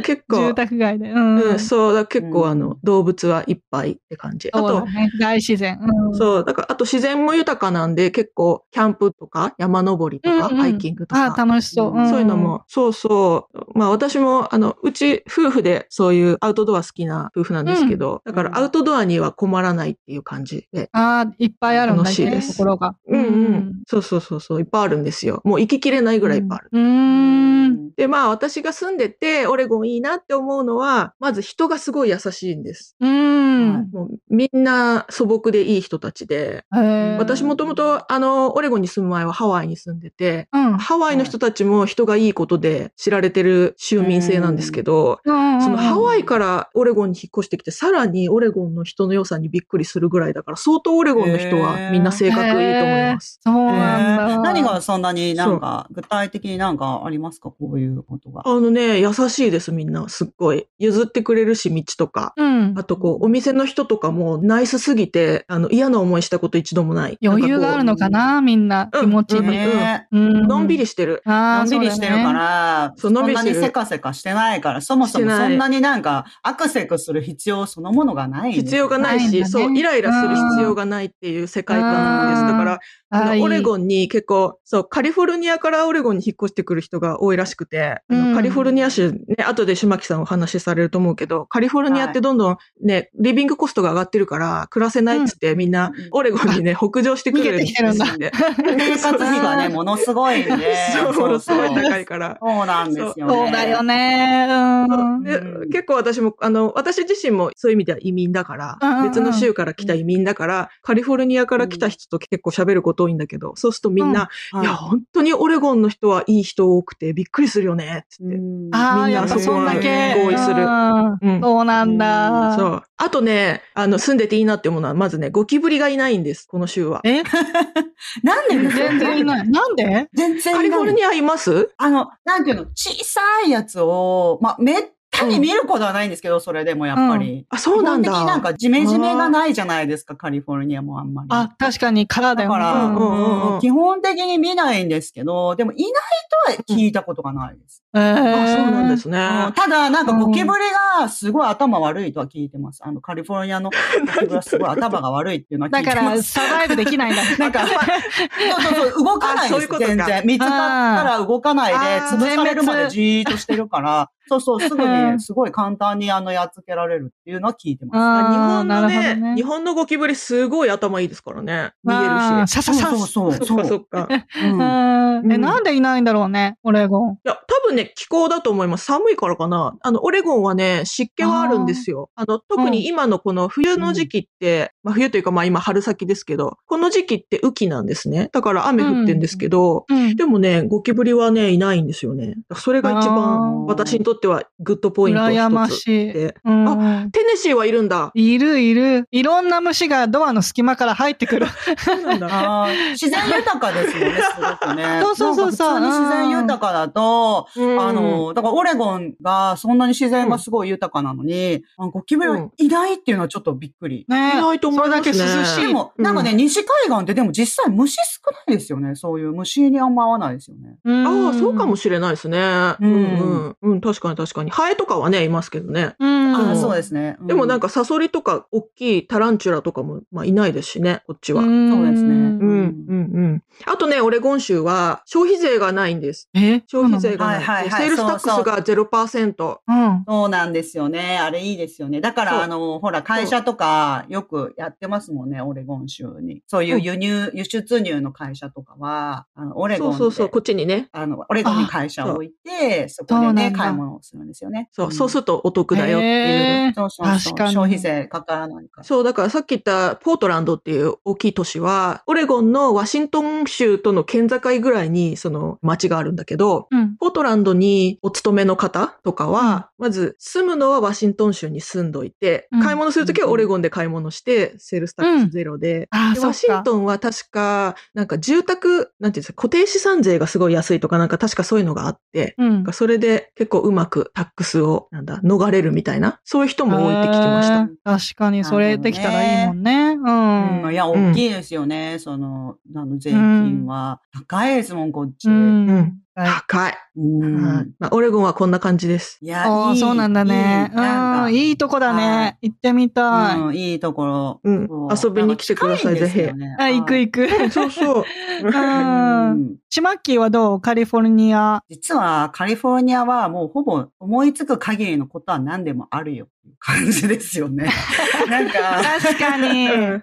[SPEAKER 1] [LAUGHS]
[SPEAKER 3] 結
[SPEAKER 1] うん
[SPEAKER 3] 構
[SPEAKER 1] 住、宅街で。うん。
[SPEAKER 3] うん、そう、だ結
[SPEAKER 2] う
[SPEAKER 3] 構
[SPEAKER 2] ん
[SPEAKER 3] あの、動物はいっぱいって感じ。あ
[SPEAKER 1] そうだ
[SPEAKER 3] と、
[SPEAKER 1] ね。大自然。うん
[SPEAKER 3] そう、だから、あと自然も豊かなんで、結構、キャンプとか、山登りとか、
[SPEAKER 1] うんうん
[SPEAKER 3] ハイキングとか、
[SPEAKER 1] ああ、楽しそう。ん
[SPEAKER 3] そういうの。も、そうそう。まあ私も、あの、うち夫婦でそういうアウトドア好きな夫婦なんですけど、だからアウトドアには困らないっていう感じで。
[SPEAKER 1] ああ、いっぱいあるんだ
[SPEAKER 3] 楽しいです
[SPEAKER 1] ところが。
[SPEAKER 3] うんうん。そうそうそうそう、いっぱいあるんですよ。もう行ききれないぐらいいっぱいある。
[SPEAKER 1] うん。うーん。
[SPEAKER 3] で、まあ私が住んでて、オレゴンいいなって思うのは、まず人がすごい優しいんです。
[SPEAKER 1] う
[SPEAKER 2] は
[SPEAKER 1] ん。
[SPEAKER 3] もうみんな素朴でいい人たちで、
[SPEAKER 1] へー
[SPEAKER 3] 私もともとあの、オレゴンに住む前はハワイに住んでて、
[SPEAKER 1] うん。
[SPEAKER 3] ハワイの人たちも人がいいことで知られてる州民性なんですけど、そ
[SPEAKER 1] そ
[SPEAKER 3] のハワイからオレゴンに引っ越してきて、さらにオレゴンの人の良さにびっくりするぐらいだから、相当オレゴンの人はみんな性格いいと思います。
[SPEAKER 1] そう
[SPEAKER 2] え
[SPEAKER 1] なんだ。
[SPEAKER 2] ー何がそんなになんか、具体的になんかありますかこういうことが。
[SPEAKER 3] あのね、優しいですみんな、すっごい。譲ってくれるし、道とか。
[SPEAKER 1] うん
[SPEAKER 3] あ。とこう、お店の人とかもナイスすぎて、あの、嫌な思いしたこと一度もない。
[SPEAKER 1] 余裕があるのかなみんな。
[SPEAKER 3] うん
[SPEAKER 1] 気持ち
[SPEAKER 3] うん
[SPEAKER 1] に。
[SPEAKER 2] ね
[SPEAKER 1] うん
[SPEAKER 3] のんび。りしてる。
[SPEAKER 1] あ
[SPEAKER 2] の
[SPEAKER 1] あ、
[SPEAKER 2] んびりしてるか
[SPEAKER 1] そうだね。
[SPEAKER 2] ら、
[SPEAKER 3] そ
[SPEAKER 2] そ
[SPEAKER 3] うんのんびりし
[SPEAKER 2] な
[SPEAKER 3] てる
[SPEAKER 2] にせかせかしてないから、そもそも
[SPEAKER 3] してない
[SPEAKER 2] そんなになんかアクセスする必要そのものがないんですよ。
[SPEAKER 3] 必要がない
[SPEAKER 1] ないんだ
[SPEAKER 3] し、
[SPEAKER 1] ね
[SPEAKER 3] そう、イライラする必要がないっていう世界観なんです。
[SPEAKER 1] うん
[SPEAKER 3] だから、
[SPEAKER 1] あ
[SPEAKER 3] あ
[SPEAKER 1] あ
[SPEAKER 3] の
[SPEAKER 1] いい
[SPEAKER 3] オレゴンに結構、そう、カリフォルニアからオレゴンに引っ越してくる人が多いらしくて、あの
[SPEAKER 1] うん
[SPEAKER 3] カリフォルニア州、ね、後で島木さんお話しされると思うけど、カリフォルニアってどんどんね、リビングコストが上がってるから、暮らせないっつってみん
[SPEAKER 2] う
[SPEAKER 3] な
[SPEAKER 2] ん、
[SPEAKER 3] オレゴン
[SPEAKER 1] [LAUGHS]
[SPEAKER 3] にね、北上してくる
[SPEAKER 1] 逃げてきてるんだ [LAUGHS]
[SPEAKER 3] んで。
[SPEAKER 2] 生活費が
[SPEAKER 3] [LAUGHS]
[SPEAKER 2] ね、
[SPEAKER 3] そ
[SPEAKER 2] も
[SPEAKER 3] う。
[SPEAKER 2] のすごいんで
[SPEAKER 3] [LAUGHS] そう、ものすごい
[SPEAKER 2] そう
[SPEAKER 3] 高いから。
[SPEAKER 2] そうなんですよね。
[SPEAKER 1] そうだよね。うん。
[SPEAKER 3] で
[SPEAKER 2] うん
[SPEAKER 3] 結構私も、あの、私自身もそういう意味では移民だか
[SPEAKER 1] うんうん
[SPEAKER 3] ら、
[SPEAKER 1] うん
[SPEAKER 3] 別の州から来た移民だから、カリフォルニアから来た人と結構喋ること多いんだけど、そうするとみんな、
[SPEAKER 2] はい
[SPEAKER 3] や、本当にオレゴンの人はいい人多くてびっくりするよね、つって。
[SPEAKER 1] ああ、
[SPEAKER 3] みんな
[SPEAKER 1] やっぱそんだけ。
[SPEAKER 2] そこは合
[SPEAKER 3] 意する
[SPEAKER 1] うん
[SPEAKER 3] うん
[SPEAKER 1] そうなんだ。
[SPEAKER 3] そう。あとね、あの、住んでていいなって思うのは、まずね、ゴキブリがいないんです、この州は。
[SPEAKER 1] え
[SPEAKER 2] なんでですか
[SPEAKER 1] 全然い
[SPEAKER 3] [LAUGHS]
[SPEAKER 1] ない。なんで
[SPEAKER 2] 全然いない
[SPEAKER 3] カリフォルニアいます
[SPEAKER 2] あの、なんていうの、小さいやつを、まあ、めったに見ることはないんですけど、それでもやっぱり。
[SPEAKER 3] あ、そうなん
[SPEAKER 2] 基本的になん
[SPEAKER 3] だ。
[SPEAKER 2] かジメジメがないじゃないですか、カリフォルニアもあんまり。
[SPEAKER 1] あ、確かに殻だ
[SPEAKER 2] だ
[SPEAKER 1] よね。
[SPEAKER 2] から、
[SPEAKER 3] うんうんうんうん
[SPEAKER 2] 基本的に見ないんですけど、でもいないとは聞いたことがないです。
[SPEAKER 1] えー
[SPEAKER 3] あ、そうなんですね。
[SPEAKER 2] うんただ、なんかゴキブリがすごい頭悪いとは聞いてます。あの、カリフォルニアのゴキブリはすごい頭が悪いっていうのは聞
[SPEAKER 1] だ
[SPEAKER 2] いて
[SPEAKER 1] か
[SPEAKER 2] ま
[SPEAKER 1] ら、
[SPEAKER 2] す。
[SPEAKER 1] サバイブできないんだ。
[SPEAKER 3] [LAUGHS]
[SPEAKER 2] なんか、そうそうそう、動かないん
[SPEAKER 3] あそう
[SPEAKER 2] で
[SPEAKER 3] い
[SPEAKER 2] す
[SPEAKER 3] うこ、とか
[SPEAKER 2] 全然。見つかったら動かないで
[SPEAKER 3] あ、
[SPEAKER 2] 潰
[SPEAKER 3] ー
[SPEAKER 2] される
[SPEAKER 1] 全
[SPEAKER 2] まで
[SPEAKER 1] 滅
[SPEAKER 2] じーっとしてるから、そうそう、すぐ
[SPEAKER 1] うん
[SPEAKER 2] に、すごい簡単にあの、やっつけられるっていうのは聞いてます。
[SPEAKER 3] あ
[SPEAKER 1] あ
[SPEAKER 3] 日
[SPEAKER 1] ー
[SPEAKER 3] 本の
[SPEAKER 1] なる
[SPEAKER 3] ね
[SPEAKER 1] ほど
[SPEAKER 3] 日本のゴキブリすごい頭いいですからね。逃げ
[SPEAKER 1] あ
[SPEAKER 3] る
[SPEAKER 1] ー
[SPEAKER 3] し。
[SPEAKER 1] さささ
[SPEAKER 2] そうそうそう。
[SPEAKER 3] そっか
[SPEAKER 2] そ
[SPEAKER 3] そうっか。
[SPEAKER 2] うん
[SPEAKER 1] うんえ、
[SPEAKER 3] うん
[SPEAKER 1] なんでいないんだろうね、オレゴン。
[SPEAKER 3] いや、多分ね、気候だと思います。寒いからかな。あの、オレゴンはね、湿気はあるんですよ。あの、特に今のこの冬の時期って、まあ冬というかまあ今春先ですけど、この時期って雨季なんですね。だから雨降ってんですけど、
[SPEAKER 1] うん
[SPEAKER 3] でもね、ゴキブリはね、いないんですよね。だからそれが一番私にとってはグッドポイント
[SPEAKER 1] 羨ま
[SPEAKER 3] 一つ
[SPEAKER 1] し
[SPEAKER 3] っ
[SPEAKER 1] い。
[SPEAKER 3] て。
[SPEAKER 1] うんうん
[SPEAKER 3] テネシーはいるんだ。
[SPEAKER 1] いるいる。いろんな虫がドアの隙間から入って
[SPEAKER 3] [LAUGHS]
[SPEAKER 1] くる。。
[SPEAKER 3] そうなんだ。
[SPEAKER 2] あー自然豊かですよね、すごくね
[SPEAKER 1] そうそうそうそう
[SPEAKER 2] なんか普通に自然豊かだと、あの、だからオレゴンがそんなに自然がすごい豊かなのに、あゴキブリがいないっていうのはちょっとびっくり。
[SPEAKER 1] ね
[SPEAKER 3] 意外と思いますね
[SPEAKER 1] それだけ涼しい。
[SPEAKER 2] でも、
[SPEAKER 3] うん
[SPEAKER 2] なんかね、西海岸ってでも実際虫少ないですよね。そういう虫にあんま合わないですよね。
[SPEAKER 1] うん
[SPEAKER 3] ああ、そうかもしれないですね。うんうん。うん、確かに確かに。ハエとかはね、いますけどね。
[SPEAKER 1] うん。
[SPEAKER 2] あ
[SPEAKER 3] う
[SPEAKER 2] あ、
[SPEAKER 3] ん
[SPEAKER 2] そうですね。う
[SPEAKER 3] でもなん、かサソリとか大きいタランチュラとかも、まあ、いないですしね、こっちは。うん、
[SPEAKER 1] ん
[SPEAKER 2] そうですね
[SPEAKER 3] うん、うんん。あとね、オレゴン州は消費税がないんです。
[SPEAKER 1] え
[SPEAKER 3] 消費税
[SPEAKER 1] が。
[SPEAKER 3] がな
[SPEAKER 2] は
[SPEAKER 3] い。
[SPEAKER 2] いはいはい
[SPEAKER 3] セールスタックスが0%。
[SPEAKER 1] うん。
[SPEAKER 2] そうなんですよね。あれいいですよね。だか
[SPEAKER 3] そう
[SPEAKER 2] ら、あの、ほら、会社とかよくやってますもんね、オレゴン州に。そういう輸入、輸出入の会社とかは、あの、オレゴン
[SPEAKER 3] そう
[SPEAKER 2] で
[SPEAKER 3] そうそう、こっちにね。
[SPEAKER 2] あの、オレゴンに会社を置いて、
[SPEAKER 1] そ
[SPEAKER 2] そ
[SPEAKER 1] う
[SPEAKER 2] こで
[SPEAKER 1] な
[SPEAKER 2] ね、
[SPEAKER 1] んだ
[SPEAKER 2] 買い物をするんですよね。
[SPEAKER 3] そう、そうす
[SPEAKER 2] る。
[SPEAKER 3] るとお得だよっていう。
[SPEAKER 1] へー
[SPEAKER 2] そうそうそう
[SPEAKER 1] 確かに
[SPEAKER 2] 消費税かからないから。
[SPEAKER 3] そう、だからさっき言ったポートランドっていう大きい都市は、オレゴンのワシントン州との県境ぐらいにその町があるんだけど、
[SPEAKER 1] うん。
[SPEAKER 3] ポートランドにお勤めの方とかは、まず住むのはワシントン州に住んどいて、
[SPEAKER 1] うん
[SPEAKER 3] 買い物するときはオレゴンで買い物して、セールスタックスゼロで、
[SPEAKER 1] ああ、
[SPEAKER 3] で
[SPEAKER 1] そ
[SPEAKER 3] ワ
[SPEAKER 1] っ
[SPEAKER 3] シン
[SPEAKER 1] か。
[SPEAKER 3] トンは確か、なんか住宅、なんていうんですか、固定資産税がすごい安いとか、なんか確かそういうのがあって、
[SPEAKER 1] うん
[SPEAKER 3] なんか。それで結構うまくタックスを、なんだ、逃れるみたいな、そういう人も多いって聞きました。
[SPEAKER 1] えー確かに、それできたらいいもんね。うん。
[SPEAKER 2] うん、いや、
[SPEAKER 3] ん
[SPEAKER 2] 大きいですよね、その、あの、税金は。高いですもん、こっち。うん。
[SPEAKER 1] ん
[SPEAKER 3] うん
[SPEAKER 1] はい
[SPEAKER 3] 高い。はいまあ、オレゴンはこんな感じです。
[SPEAKER 2] いや、
[SPEAKER 1] あ
[SPEAKER 2] い
[SPEAKER 1] あ、
[SPEAKER 2] い
[SPEAKER 1] そうなんだね。
[SPEAKER 2] いいな
[SPEAKER 1] う
[SPEAKER 2] んか
[SPEAKER 1] ん。いいとこだ
[SPEAKER 2] は
[SPEAKER 1] ね
[SPEAKER 2] い。
[SPEAKER 1] 行ってみたい。
[SPEAKER 2] うん、いいところ。
[SPEAKER 3] うん
[SPEAKER 2] そう
[SPEAKER 3] 遊びに来てください
[SPEAKER 2] なんか近んですよね
[SPEAKER 1] あ、行く行く。 [LAUGHS]
[SPEAKER 3] そうそう。
[SPEAKER 1] う。
[SPEAKER 2] うんん
[SPEAKER 1] チマッキーはどうカリフォルニア。
[SPEAKER 2] 実はカリフォルニアはもうほぼ思いつく限りのことは何でもあるよっていう感じですよ
[SPEAKER 1] [LAUGHS]
[SPEAKER 2] ね。なんか、
[SPEAKER 1] 確か
[SPEAKER 3] [LAUGHS]
[SPEAKER 1] に。
[SPEAKER 3] なんか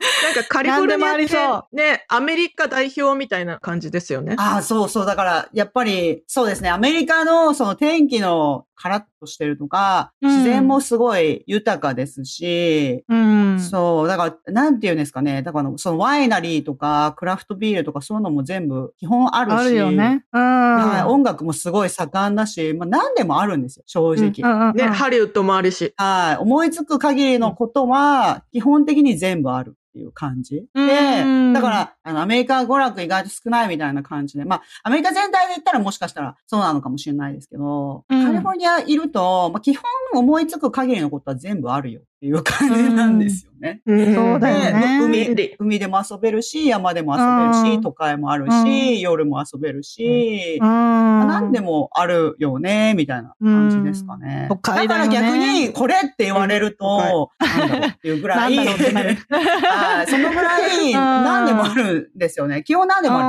[SPEAKER 3] カリフォルニ
[SPEAKER 1] な
[SPEAKER 3] ア
[SPEAKER 1] んでもあり
[SPEAKER 3] っ
[SPEAKER 1] そ
[SPEAKER 3] てね、アメリカ代表みたいな感じですよね。
[SPEAKER 2] ああ、そうそう。だから、やっぱり、そうですね。アメリカのその天気のカラッとしてるとか、
[SPEAKER 1] うん
[SPEAKER 2] 自然もすごい豊かですし、
[SPEAKER 1] うん。
[SPEAKER 2] そう、だから、なんて言うんですかね。だから、そのワイナリーとか、クラフトビールとか、そういうのも全部基本あるし。
[SPEAKER 1] あるよね。うん。
[SPEAKER 2] はい。音楽もすごい盛んだし、まあ何でもあるんですよ、正直。
[SPEAKER 1] うんうんうん
[SPEAKER 3] ね、ハリウッドもあるし。
[SPEAKER 2] はい。思いつく限りのことは、基本的に全部あるっていう感じ。
[SPEAKER 1] うん
[SPEAKER 2] で、だから、あの、アメリカは娯楽意外と少ないみたいな感じで、まあ、アメリカ全体で言ったらもしかしたらそうなのかもしれないですけど、
[SPEAKER 1] うん
[SPEAKER 2] カリフォルニアいると、まあ、基本思いつく限りのことは全部あるよっていう感じなんですよね。
[SPEAKER 3] うん
[SPEAKER 1] そうだよね
[SPEAKER 2] で
[SPEAKER 3] 便利
[SPEAKER 2] 海海でも遊べるし、山でも遊べる
[SPEAKER 1] うん
[SPEAKER 2] し、都会もある
[SPEAKER 1] う
[SPEAKER 2] し、
[SPEAKER 1] ん
[SPEAKER 2] 夜も遊べるし、
[SPEAKER 1] うん。
[SPEAKER 2] まあ何で
[SPEAKER 1] も。
[SPEAKER 2] もあるよね、みたいな感じですかね。
[SPEAKER 1] うん都会だよね
[SPEAKER 2] から逆に、これって言われると、なんだろうっていうぐら
[SPEAKER 1] なん
[SPEAKER 2] い、
[SPEAKER 1] だろうってな [LAUGHS] る
[SPEAKER 2] はいそのぐらい、何でもあるんですよね。基本何でもあ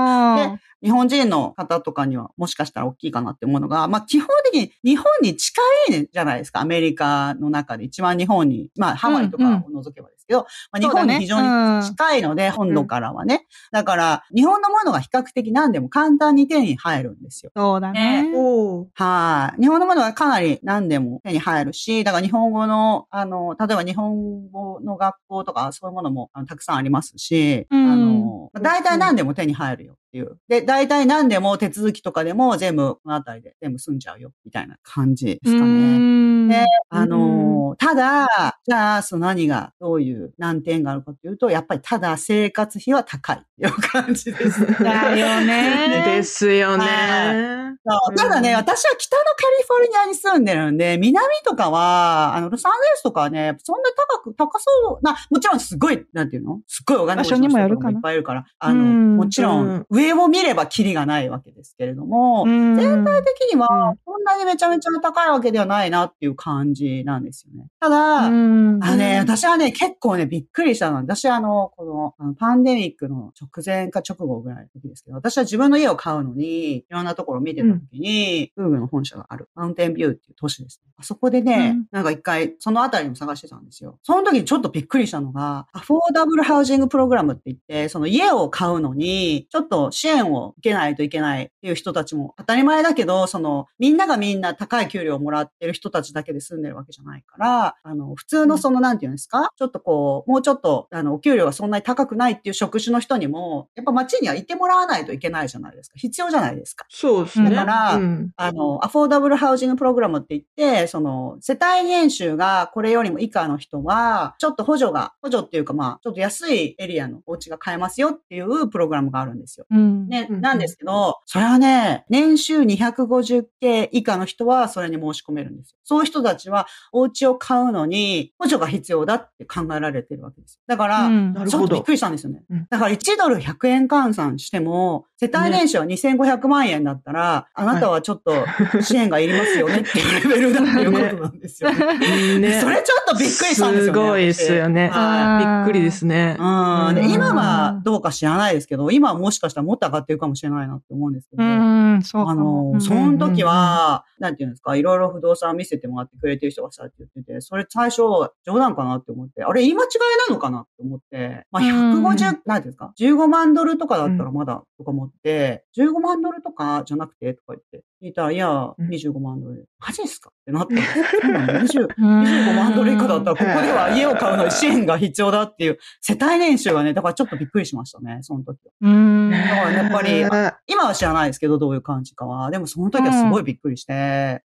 [SPEAKER 2] る。
[SPEAKER 1] あ
[SPEAKER 2] 日本人の方とかにはもしかしたら大きいかなって思うのが、まあ基本的に日本に近いじゃないですか。アメリカの中で一番日本に、まあハワイとかを除けばですけど、まあ、日本に非常に
[SPEAKER 1] に
[SPEAKER 2] 近いので、本土からはね。だから、日本のものが比較的何でも簡単に手に入るんですよ。
[SPEAKER 1] そうだね。
[SPEAKER 3] おー
[SPEAKER 2] はい。日本のものはかなり何でも手に入るし、だから日本語の、あの、例えば日本語の学校とかそういうものもあのたくさんありますし、
[SPEAKER 1] うん
[SPEAKER 2] あの、大体何でも手に入るよっていう。で、大体何でも手続きとかでも全部この辺りで全部済んじゃうよ、みたいな感じですかね。
[SPEAKER 1] ね
[SPEAKER 2] ねあのーただ、じゃあ、その何が、どういう難点があるかというと、やっぱりただ生活費は高いっていう感じです。そう
[SPEAKER 1] だよ
[SPEAKER 3] で
[SPEAKER 1] ね。
[SPEAKER 3] すよね
[SPEAKER 2] は。ただね、私は北のカリフォルニアに住んでるんで、南とかは、あの、ロサンゼルスとかはね、そんな高く、高そうな、もちろんすごい、なんていうのすっごいお金持ちの人
[SPEAKER 1] 場所にもよるかない
[SPEAKER 2] っぱいいるから、あ
[SPEAKER 1] う
[SPEAKER 2] の、
[SPEAKER 1] ん
[SPEAKER 2] もちろ
[SPEAKER 3] うんん、
[SPEAKER 2] 上を見ればキリがないわけですけれども、
[SPEAKER 1] うん
[SPEAKER 2] 全体的に
[SPEAKER 1] う
[SPEAKER 2] は、そんなにめちゃめちゃ高いわけではないなっていう感じなんですよね。た
[SPEAKER 1] う
[SPEAKER 2] だ、
[SPEAKER 1] ん
[SPEAKER 2] あのね、私はね、結構ね、びっくりしたのは。私はあの、この、あのパンデミックの直前か直後ぐらいの時ですけど、私は自分の家を買うのに、いろんなところを見てた時に、グーグルの本社がある、マウンテンビューっていう都市です、あそこでね、
[SPEAKER 1] うん
[SPEAKER 2] なんか一回、そのあたりも探してたんですよ。その時にちょっとびっくりしたのが、アフォーダブルハウジングプログラムって言って、その家を買うのに、ちょっと支援を受けないといけないっていう人たちも当たり前だけど、その、みんながみんな高い給料をもらってる人たちだけで住んでるわけじゃないから、あの、普通のその、なんていうんですかちょっとこう、もうちょっと、あの、お給料がそんなに高くないっていう職種の人にも、やっぱ街にはいてもらわないといけないじゃないですか。必要じゃないですか。
[SPEAKER 3] そうですね。
[SPEAKER 2] だかなら、 [LAUGHS]
[SPEAKER 3] うん
[SPEAKER 2] あの、アフォーダブルハウジングプログラムって言って、その、世帯年収がこれよりも以下の人は、ちょっと補助が、補助っていうかまあ、ちょっと安いエリアのお家が買えますよっていうプログラムがあるんですよ。
[SPEAKER 1] うん。
[SPEAKER 2] ね、
[SPEAKER 3] うん
[SPEAKER 2] なんですけど、それはね、年収 250K 以下の人はそれに申し込めるんですよ。そういう人たちは、お家を買うのに、補助が必要だって考えられてるわけですよ。だから、
[SPEAKER 1] うん
[SPEAKER 3] なる
[SPEAKER 2] ちょ
[SPEAKER 3] ほ
[SPEAKER 2] っとびっ
[SPEAKER 3] ど
[SPEAKER 2] く。りしたんですよね
[SPEAKER 3] うん。
[SPEAKER 2] だから1ドル100円換算しても、世帯年収は2500万円だったら、あなたはちょっと支援がいりますよねっていうレベルだっていうことなんですよね。
[SPEAKER 3] [LAUGHS] ね
[SPEAKER 2] それちょっとびっくりしたんですよね。
[SPEAKER 3] すごいですよね
[SPEAKER 2] 私は
[SPEAKER 3] びっくりですね。
[SPEAKER 2] い。うん、
[SPEAKER 3] うん
[SPEAKER 2] で今はどうか知らないですけど、今はもしかしたらもっと上がってるかもしれないなって思うんですけど、
[SPEAKER 1] うん、そう
[SPEAKER 2] あ
[SPEAKER 1] かも。
[SPEAKER 2] の、その時は、なんていうんですか、いろいろ不動産見せてもらってくれてる人がさ、って言ってて、それ最初冗談かなって思って、あれ言い間違いなのかなって思って、まあ、
[SPEAKER 1] うん
[SPEAKER 2] 150、なんていうんですか、15万ドルとかだった
[SPEAKER 3] う
[SPEAKER 2] らまだとか思って、15万ドルとかじゃなくてとか言って、聞いたら、いや、
[SPEAKER 3] ん
[SPEAKER 2] 25万ドルで、マジっすかってなったんですよ。そうなの20
[SPEAKER 1] うん、
[SPEAKER 2] 25万ドル以下だったら、ここでは家を買うのに支援が必要だっていう世帯年収がね、だからちょっとびっくりしましたね、その時は。
[SPEAKER 1] うん。
[SPEAKER 2] だからやっぱり、
[SPEAKER 3] あ
[SPEAKER 2] 今は知らないですけど、どういう感じかは。でもその時はすごいびっくりして。
[SPEAKER 1] うん
[SPEAKER 2] で、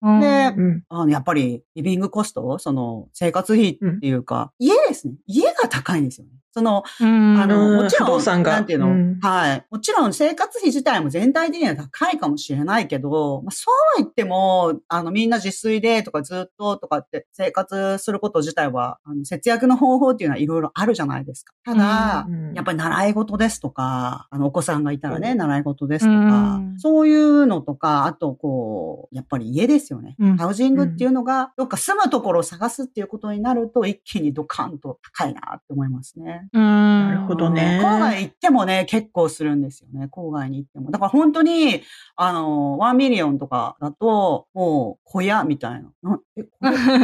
[SPEAKER 3] うん
[SPEAKER 2] あの、やっぱり、リビングコストその、生活費っていうか、家ですね。家が高いんですよね。その、
[SPEAKER 1] うん、
[SPEAKER 2] あの、
[SPEAKER 3] うん
[SPEAKER 2] もち
[SPEAKER 3] 不
[SPEAKER 2] ろ
[SPEAKER 3] 動
[SPEAKER 2] ん、
[SPEAKER 3] 産が
[SPEAKER 2] なんていうの、
[SPEAKER 3] うん
[SPEAKER 2] はい。もちろん生活費自体も全体的には高いかもしれないけど、まあ、そうは言っても、あの、みんな自炊でとかずっととかって生活すること自体は、あの節約の方法っていうのはいろいろあるじゃないですか。ただ、
[SPEAKER 3] うん
[SPEAKER 2] やっぱり習い事ですとか、あの、お子さんがいたらね、
[SPEAKER 3] うん
[SPEAKER 2] 習い事ですとか、
[SPEAKER 1] うん
[SPEAKER 2] そういうのとか、あとこう、やっぱり家ですよね。
[SPEAKER 1] うん
[SPEAKER 2] ハウジングっていうのが、どっか住むところを探すっていうことになると、一気にドカンと高いなって思いますね。
[SPEAKER 1] な
[SPEAKER 3] なるほどね
[SPEAKER 2] 郊外行ってもね、結構するんですよね。郊外に行っても。だから本当に、あの、ワンミリオンとかだと、もう小屋みたいな。なえ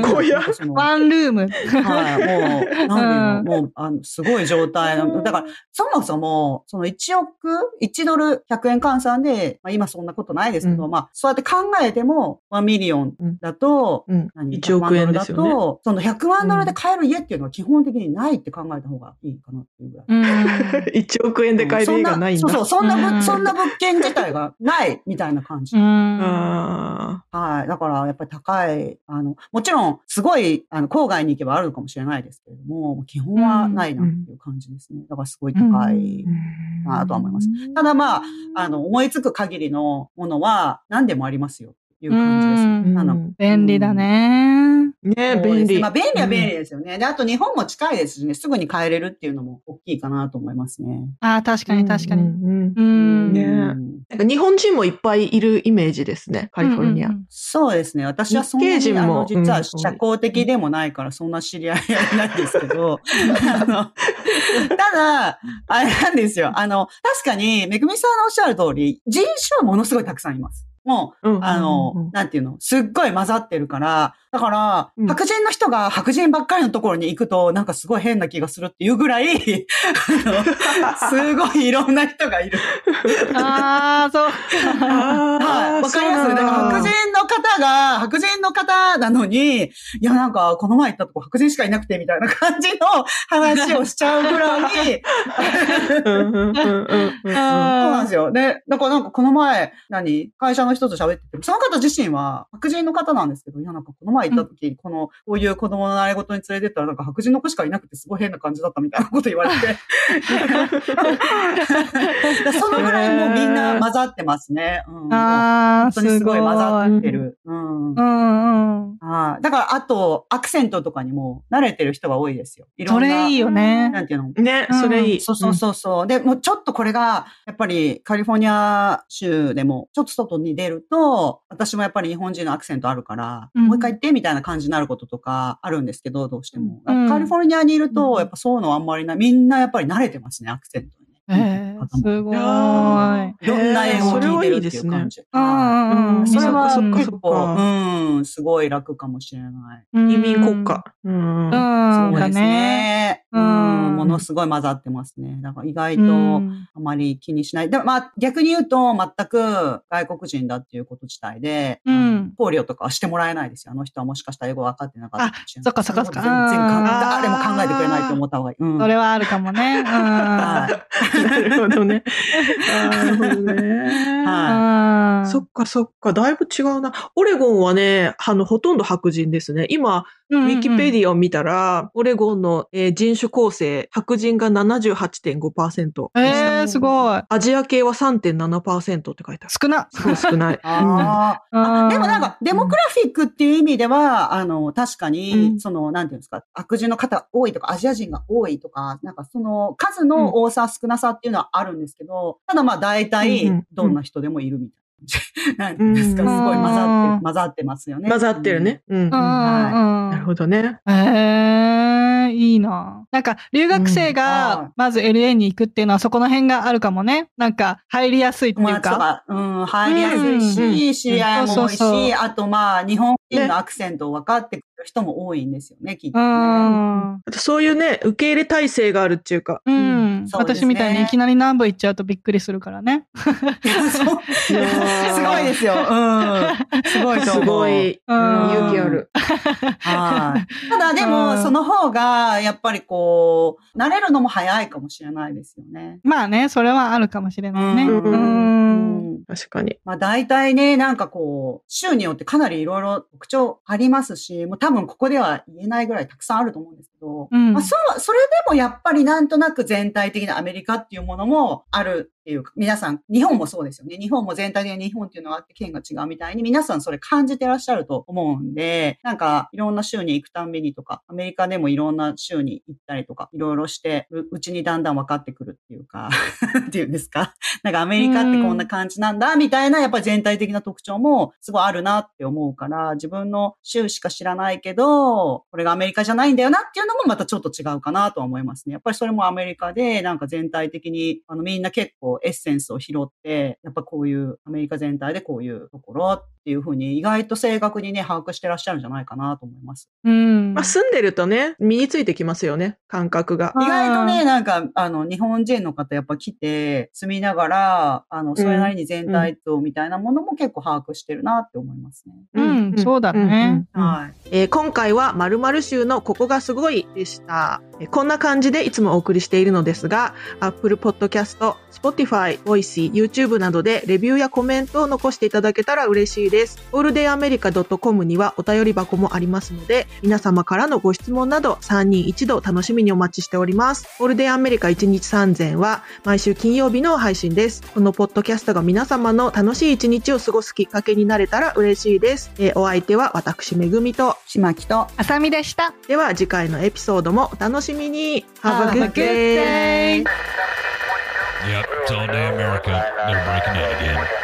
[SPEAKER 3] 小屋
[SPEAKER 2] なんかその
[SPEAKER 1] ワンルーム。
[SPEAKER 2] はい、もう、なん
[SPEAKER 1] うん
[SPEAKER 2] でもう、あの、すごい状態なの。だから、そもそも、その1億、1ドル100円換算で、まあ、今そんなことないですけど、
[SPEAKER 3] うん
[SPEAKER 2] まあ、そうやって考えても、1ミリオンだと、
[SPEAKER 3] うん
[SPEAKER 2] 何
[SPEAKER 3] 1億円ですよ
[SPEAKER 2] 100万ドルだ
[SPEAKER 3] ね。
[SPEAKER 2] と、その100万ドルで買える家っていうのは基本的にないって考えた方がいいかなっていうぐらい。
[SPEAKER 1] [LAUGHS] うん。
[SPEAKER 3] 1億円で買える映画ないん
[SPEAKER 2] そん
[SPEAKER 3] だ。
[SPEAKER 2] そうそう、そんな
[SPEAKER 1] う
[SPEAKER 2] ぶ、
[SPEAKER 1] ん
[SPEAKER 2] そんな物件自体がないみたいな感じ。
[SPEAKER 1] うん。
[SPEAKER 3] あ
[SPEAKER 2] はい。だから、やっぱり高い、あの、もちろん、すごい、あの、郊外に行けばあるのかもしれないですけれども、基本はないなっていう感じですね。だから、すごい高い
[SPEAKER 1] うん
[SPEAKER 3] ー
[SPEAKER 2] なとは思います。ただまあ、あの、思いつく限りのものは何でもありますよっていう感じですね。
[SPEAKER 1] うん
[SPEAKER 2] なの
[SPEAKER 1] 便利だね。
[SPEAKER 3] ね
[SPEAKER 2] そうで
[SPEAKER 3] 便
[SPEAKER 2] すね
[SPEAKER 3] 利。
[SPEAKER 2] まあ、便利は便利ですよね。で、あと日本も近いですしね、すぐに帰れるっていうのも大きいかなと思いますね。
[SPEAKER 1] ああ、確かに確か
[SPEAKER 3] う
[SPEAKER 1] に。
[SPEAKER 3] んうんうん
[SPEAKER 1] うん。
[SPEAKER 3] ねなんか日本人もいっぱいいるイメージですね、カリフォルニア。
[SPEAKER 1] うん
[SPEAKER 2] そうですね。私はそんな
[SPEAKER 3] 日系
[SPEAKER 2] に、
[SPEAKER 3] 人
[SPEAKER 2] あ
[SPEAKER 3] も
[SPEAKER 2] の、実
[SPEAKER 3] う
[SPEAKER 2] は
[SPEAKER 3] ん
[SPEAKER 2] 社交的でもないから、そんな知り合いはいないんですけど、 [LAUGHS] あの、ただ、あれなんですよ。あの、確かに、めぐみさんのおっしゃる通り、人種はものすごいたくさんいます。も
[SPEAKER 3] う
[SPEAKER 2] う、
[SPEAKER 3] ん
[SPEAKER 2] あの、
[SPEAKER 3] うん
[SPEAKER 2] なんていうの、すっごい混ざってるから、だから、
[SPEAKER 3] うん
[SPEAKER 2] 白人の人が白人ばっかりのところに行くと、なんかすごい変な気がするっていうぐらい、
[SPEAKER 3] [LAUGHS]
[SPEAKER 2] あの、すごいいろんな人がいる。
[SPEAKER 1] うんああ、そうか。
[SPEAKER 2] は。
[SPEAKER 3] はい
[SPEAKER 2] わかりますだから白人の方が、白人の方なのに、いや、なんか、この前行ったとこ白人しかいなくて、みたいな感じの話をしちゃうぐらい、そう
[SPEAKER 3] うんうんうんうんうんうん
[SPEAKER 2] なんですよ。で、だからなんかこの前、何会社の人と喋ってて、その方自身は白人の方なんですけど、いや、なんかこの前行った時、この、こういう子供の習い事に連れてったら、なんか白人の子しかいなくて、すごい変な感じだったみたいなこと言わ
[SPEAKER 1] [LAUGHS]
[SPEAKER 2] れて。そのぐらいもうみんな混ざってますね。うん、
[SPEAKER 1] あ
[SPEAKER 2] 本
[SPEAKER 1] あ、
[SPEAKER 2] 当に
[SPEAKER 1] す
[SPEAKER 2] す
[SPEAKER 1] ご
[SPEAKER 2] ご
[SPEAKER 1] い。
[SPEAKER 2] い混ざ
[SPEAKER 1] う
[SPEAKER 2] ってる。う
[SPEAKER 1] ん
[SPEAKER 2] ん。
[SPEAKER 1] うん。
[SPEAKER 2] はいだから、あと、アクセントとかにも慣れてる人が多いですよ。いろ
[SPEAKER 1] そ
[SPEAKER 2] んな。
[SPEAKER 1] れいいよね。
[SPEAKER 2] なんていうの
[SPEAKER 3] ね、それいい。
[SPEAKER 2] そうそうそうそう。で、もうちょっとこれが、やっぱりカリフォルニア州でも、ちょっと外に出ると、私もやっぱり日本人のアクセントあるから、
[SPEAKER 1] うん
[SPEAKER 2] もう一回行ってみたいな感じになることとかあるんですけど、どうしても。
[SPEAKER 1] うん
[SPEAKER 2] カリフォルニアにいると
[SPEAKER 3] う、ん
[SPEAKER 2] やっぱそういうのあんまりない。みんなやっぱり慣れてますね、アクセントに。
[SPEAKER 1] えー、すごい。うん
[SPEAKER 2] いろんな英語を聞いてるっていう感じ。はい
[SPEAKER 1] うんうん。
[SPEAKER 2] それは
[SPEAKER 3] そっか
[SPEAKER 2] 結
[SPEAKER 3] そっ
[SPEAKER 2] 構、
[SPEAKER 3] か
[SPEAKER 2] うん、すごい楽かもしれない。
[SPEAKER 1] うん
[SPEAKER 3] 移民国家。うん
[SPEAKER 1] うん、だ
[SPEAKER 2] です
[SPEAKER 1] ね。
[SPEAKER 2] ね。うん、ものすごい混ざってますね。だから意外と、あまり気にしない。でもまあ逆に言うと全く外国人だっていうこと自体で、
[SPEAKER 1] うん
[SPEAKER 2] 考慮とかはしてもらえないですよ。あの人はもしかしたら英語分かってなかったかもしれな
[SPEAKER 1] あそ
[SPEAKER 2] い。
[SPEAKER 1] っかそっかそっか
[SPEAKER 2] 全然考
[SPEAKER 1] うん
[SPEAKER 2] え誰も考えてくれないと思った方がいい。うん
[SPEAKER 1] それはあるかもね。うん。
[SPEAKER 2] はい
[SPEAKER 3] なるほどね。あーなるほどね。
[SPEAKER 2] はい。
[SPEAKER 1] うん
[SPEAKER 3] そっかそっか、だいぶ違うな。オレゴンはね、あの、ほとんど白人ですね。今、
[SPEAKER 1] うん
[SPEAKER 3] ウ
[SPEAKER 1] うんうん
[SPEAKER 3] ィキペディアを見たら、オレゴンの、えー人種構成、白人が78.5%。
[SPEAKER 1] えー、すごい。
[SPEAKER 3] アジア系は3.7%って書いてある。
[SPEAKER 1] 少な。
[SPEAKER 3] すごい少ない
[SPEAKER 2] [LAUGHS] あ
[SPEAKER 1] [LAUGHS]
[SPEAKER 2] ー
[SPEAKER 1] う
[SPEAKER 2] あ
[SPEAKER 1] ん
[SPEAKER 2] でもなんか、デモクラフィックっていう意味では、あの、確か
[SPEAKER 3] う
[SPEAKER 2] に、
[SPEAKER 3] ん
[SPEAKER 2] その、なんていうんですか、白人の方多いとか、アジア人が多いとか、なんかその、数の多さ、少なさっていうのはあるんですけど、ただまあ、大
[SPEAKER 3] うんう
[SPEAKER 2] 体
[SPEAKER 3] ん、
[SPEAKER 2] どんな人でもいるみたいな。なんていうんですか、
[SPEAKER 3] うん
[SPEAKER 2] すごい混ざって
[SPEAKER 1] うん
[SPEAKER 2] る、混ざってますよね。
[SPEAKER 3] 混ざってるね。うん。
[SPEAKER 1] うん
[SPEAKER 3] な
[SPEAKER 1] うんうん
[SPEAKER 3] るほどね。
[SPEAKER 1] へえ、いいな。なんか、留学生
[SPEAKER 2] うんは
[SPEAKER 1] が、まず LA に行くっていうのは、そこの辺があるかもね。なんか、入りやすいって
[SPEAKER 2] う
[SPEAKER 1] い
[SPEAKER 2] ん。友
[SPEAKER 1] う
[SPEAKER 2] 達と
[SPEAKER 1] か。
[SPEAKER 2] か、うん、入りやすい
[SPEAKER 3] うんうんう
[SPEAKER 2] し、知り合いも多い
[SPEAKER 1] そうそうそう
[SPEAKER 2] し、あとまあ、日本人
[SPEAKER 3] ね
[SPEAKER 2] のアクセントを分かってくる人も多いんですよね、きっと
[SPEAKER 1] う
[SPEAKER 2] ね。
[SPEAKER 1] ん。
[SPEAKER 3] あとそういうね、受け入れ体制があるっていうか。
[SPEAKER 1] う
[SPEAKER 2] うん
[SPEAKER 1] ん。
[SPEAKER 2] そうです
[SPEAKER 1] 私
[SPEAKER 2] ね
[SPEAKER 1] みたいにいきなり南部行っちゃうとびっくりするからね。
[SPEAKER 2] [LAUGHS] そうす
[SPEAKER 3] い
[SPEAKER 2] ご
[SPEAKER 3] やー
[SPEAKER 2] いですよ。うん。すごいと
[SPEAKER 3] す
[SPEAKER 2] 思う。
[SPEAKER 3] ごい、
[SPEAKER 1] うん
[SPEAKER 3] 勇気ある。
[SPEAKER 2] はい。ただでも、
[SPEAKER 1] うん
[SPEAKER 2] その方が、やっぱりこう、慣れるのも早いかもしれないですよね。
[SPEAKER 1] まあね、それはあるかもしれないね。
[SPEAKER 3] うん
[SPEAKER 1] うん。
[SPEAKER 2] うん
[SPEAKER 3] 確かに。
[SPEAKER 2] まあ大体ね、なんかこう、州によってかなりいろいろ特徴ありますし、もう多分ここでは言えないぐらいたくさんあると思うんですけど、
[SPEAKER 1] うん
[SPEAKER 2] まあそそれでもやっぱりなんとなく全体的なアメリカっていうものもあるっていうか、皆さん、日本もそうですよね。日本も全体的に日本っていうのがあって県が違うみたいに、皆さんそれ感じてらっしゃると思うんで、なんかいろんな州に行くたんびにとか、アメリカでもいろんな州に行ったりとか、いろいろして、ううちにだんだん分かってくるっていうか、 [LAUGHS] っていうんですか。 [LAUGHS] なんかアメリカってこんな感じなんだ、みたいな、やっぱり全体的な特徴もすごいあるなって思うから、自分の州しか知らないけど、これがアメリカじゃないんだよなっていうのもまたちょっと違うかなとは思いますね。やっぱりそれもアメリカで、なんか全体的に、あのみんな結構エッセンスを拾って、やっぱこういう、アメリカ全体でこういうところっていうふうに、意外と正確にね、把握してらっしゃるんじゃないかなと思います。
[SPEAKER 1] うん
[SPEAKER 3] まあ、住んでるとね、身についてきますよね、感覚が。
[SPEAKER 1] うん
[SPEAKER 2] 意外とね、なんか、あの、日本人の方やっぱ来て、住みながら、あの、それなりに全体像みたいなものも結構把握してるなって思いますね。
[SPEAKER 1] うんそうだね。
[SPEAKER 3] うんうんうん
[SPEAKER 2] はい。
[SPEAKER 3] えー今回は〇〇州のここがすごいでした。えーこんな感じでいつもお送りしているのですが、Apple Podcast、Spotify、Voicy、YouTube などでレビューやコメントを残していただけたら嬉しいです。オールデイアメリカ .com にはお便り箱もありますので、皆様からのご質問など3人一度楽しみにお待ちしております。オールデイアメリカ1日3000は毎週金曜日の配信です。このポッドキャストが皆様の楽しい一日を過ごすきっかけになれたら嬉しいです。えーお相手は私めぐみと、
[SPEAKER 2] しまきと、
[SPEAKER 1] あさみでした。
[SPEAKER 3] では次回のエピソードもお楽しみに
[SPEAKER 1] Have a
[SPEAKER 3] Have a
[SPEAKER 1] good
[SPEAKER 3] good day!
[SPEAKER 1] day.
[SPEAKER 4] Yep, it's all day America. They're breaking in again.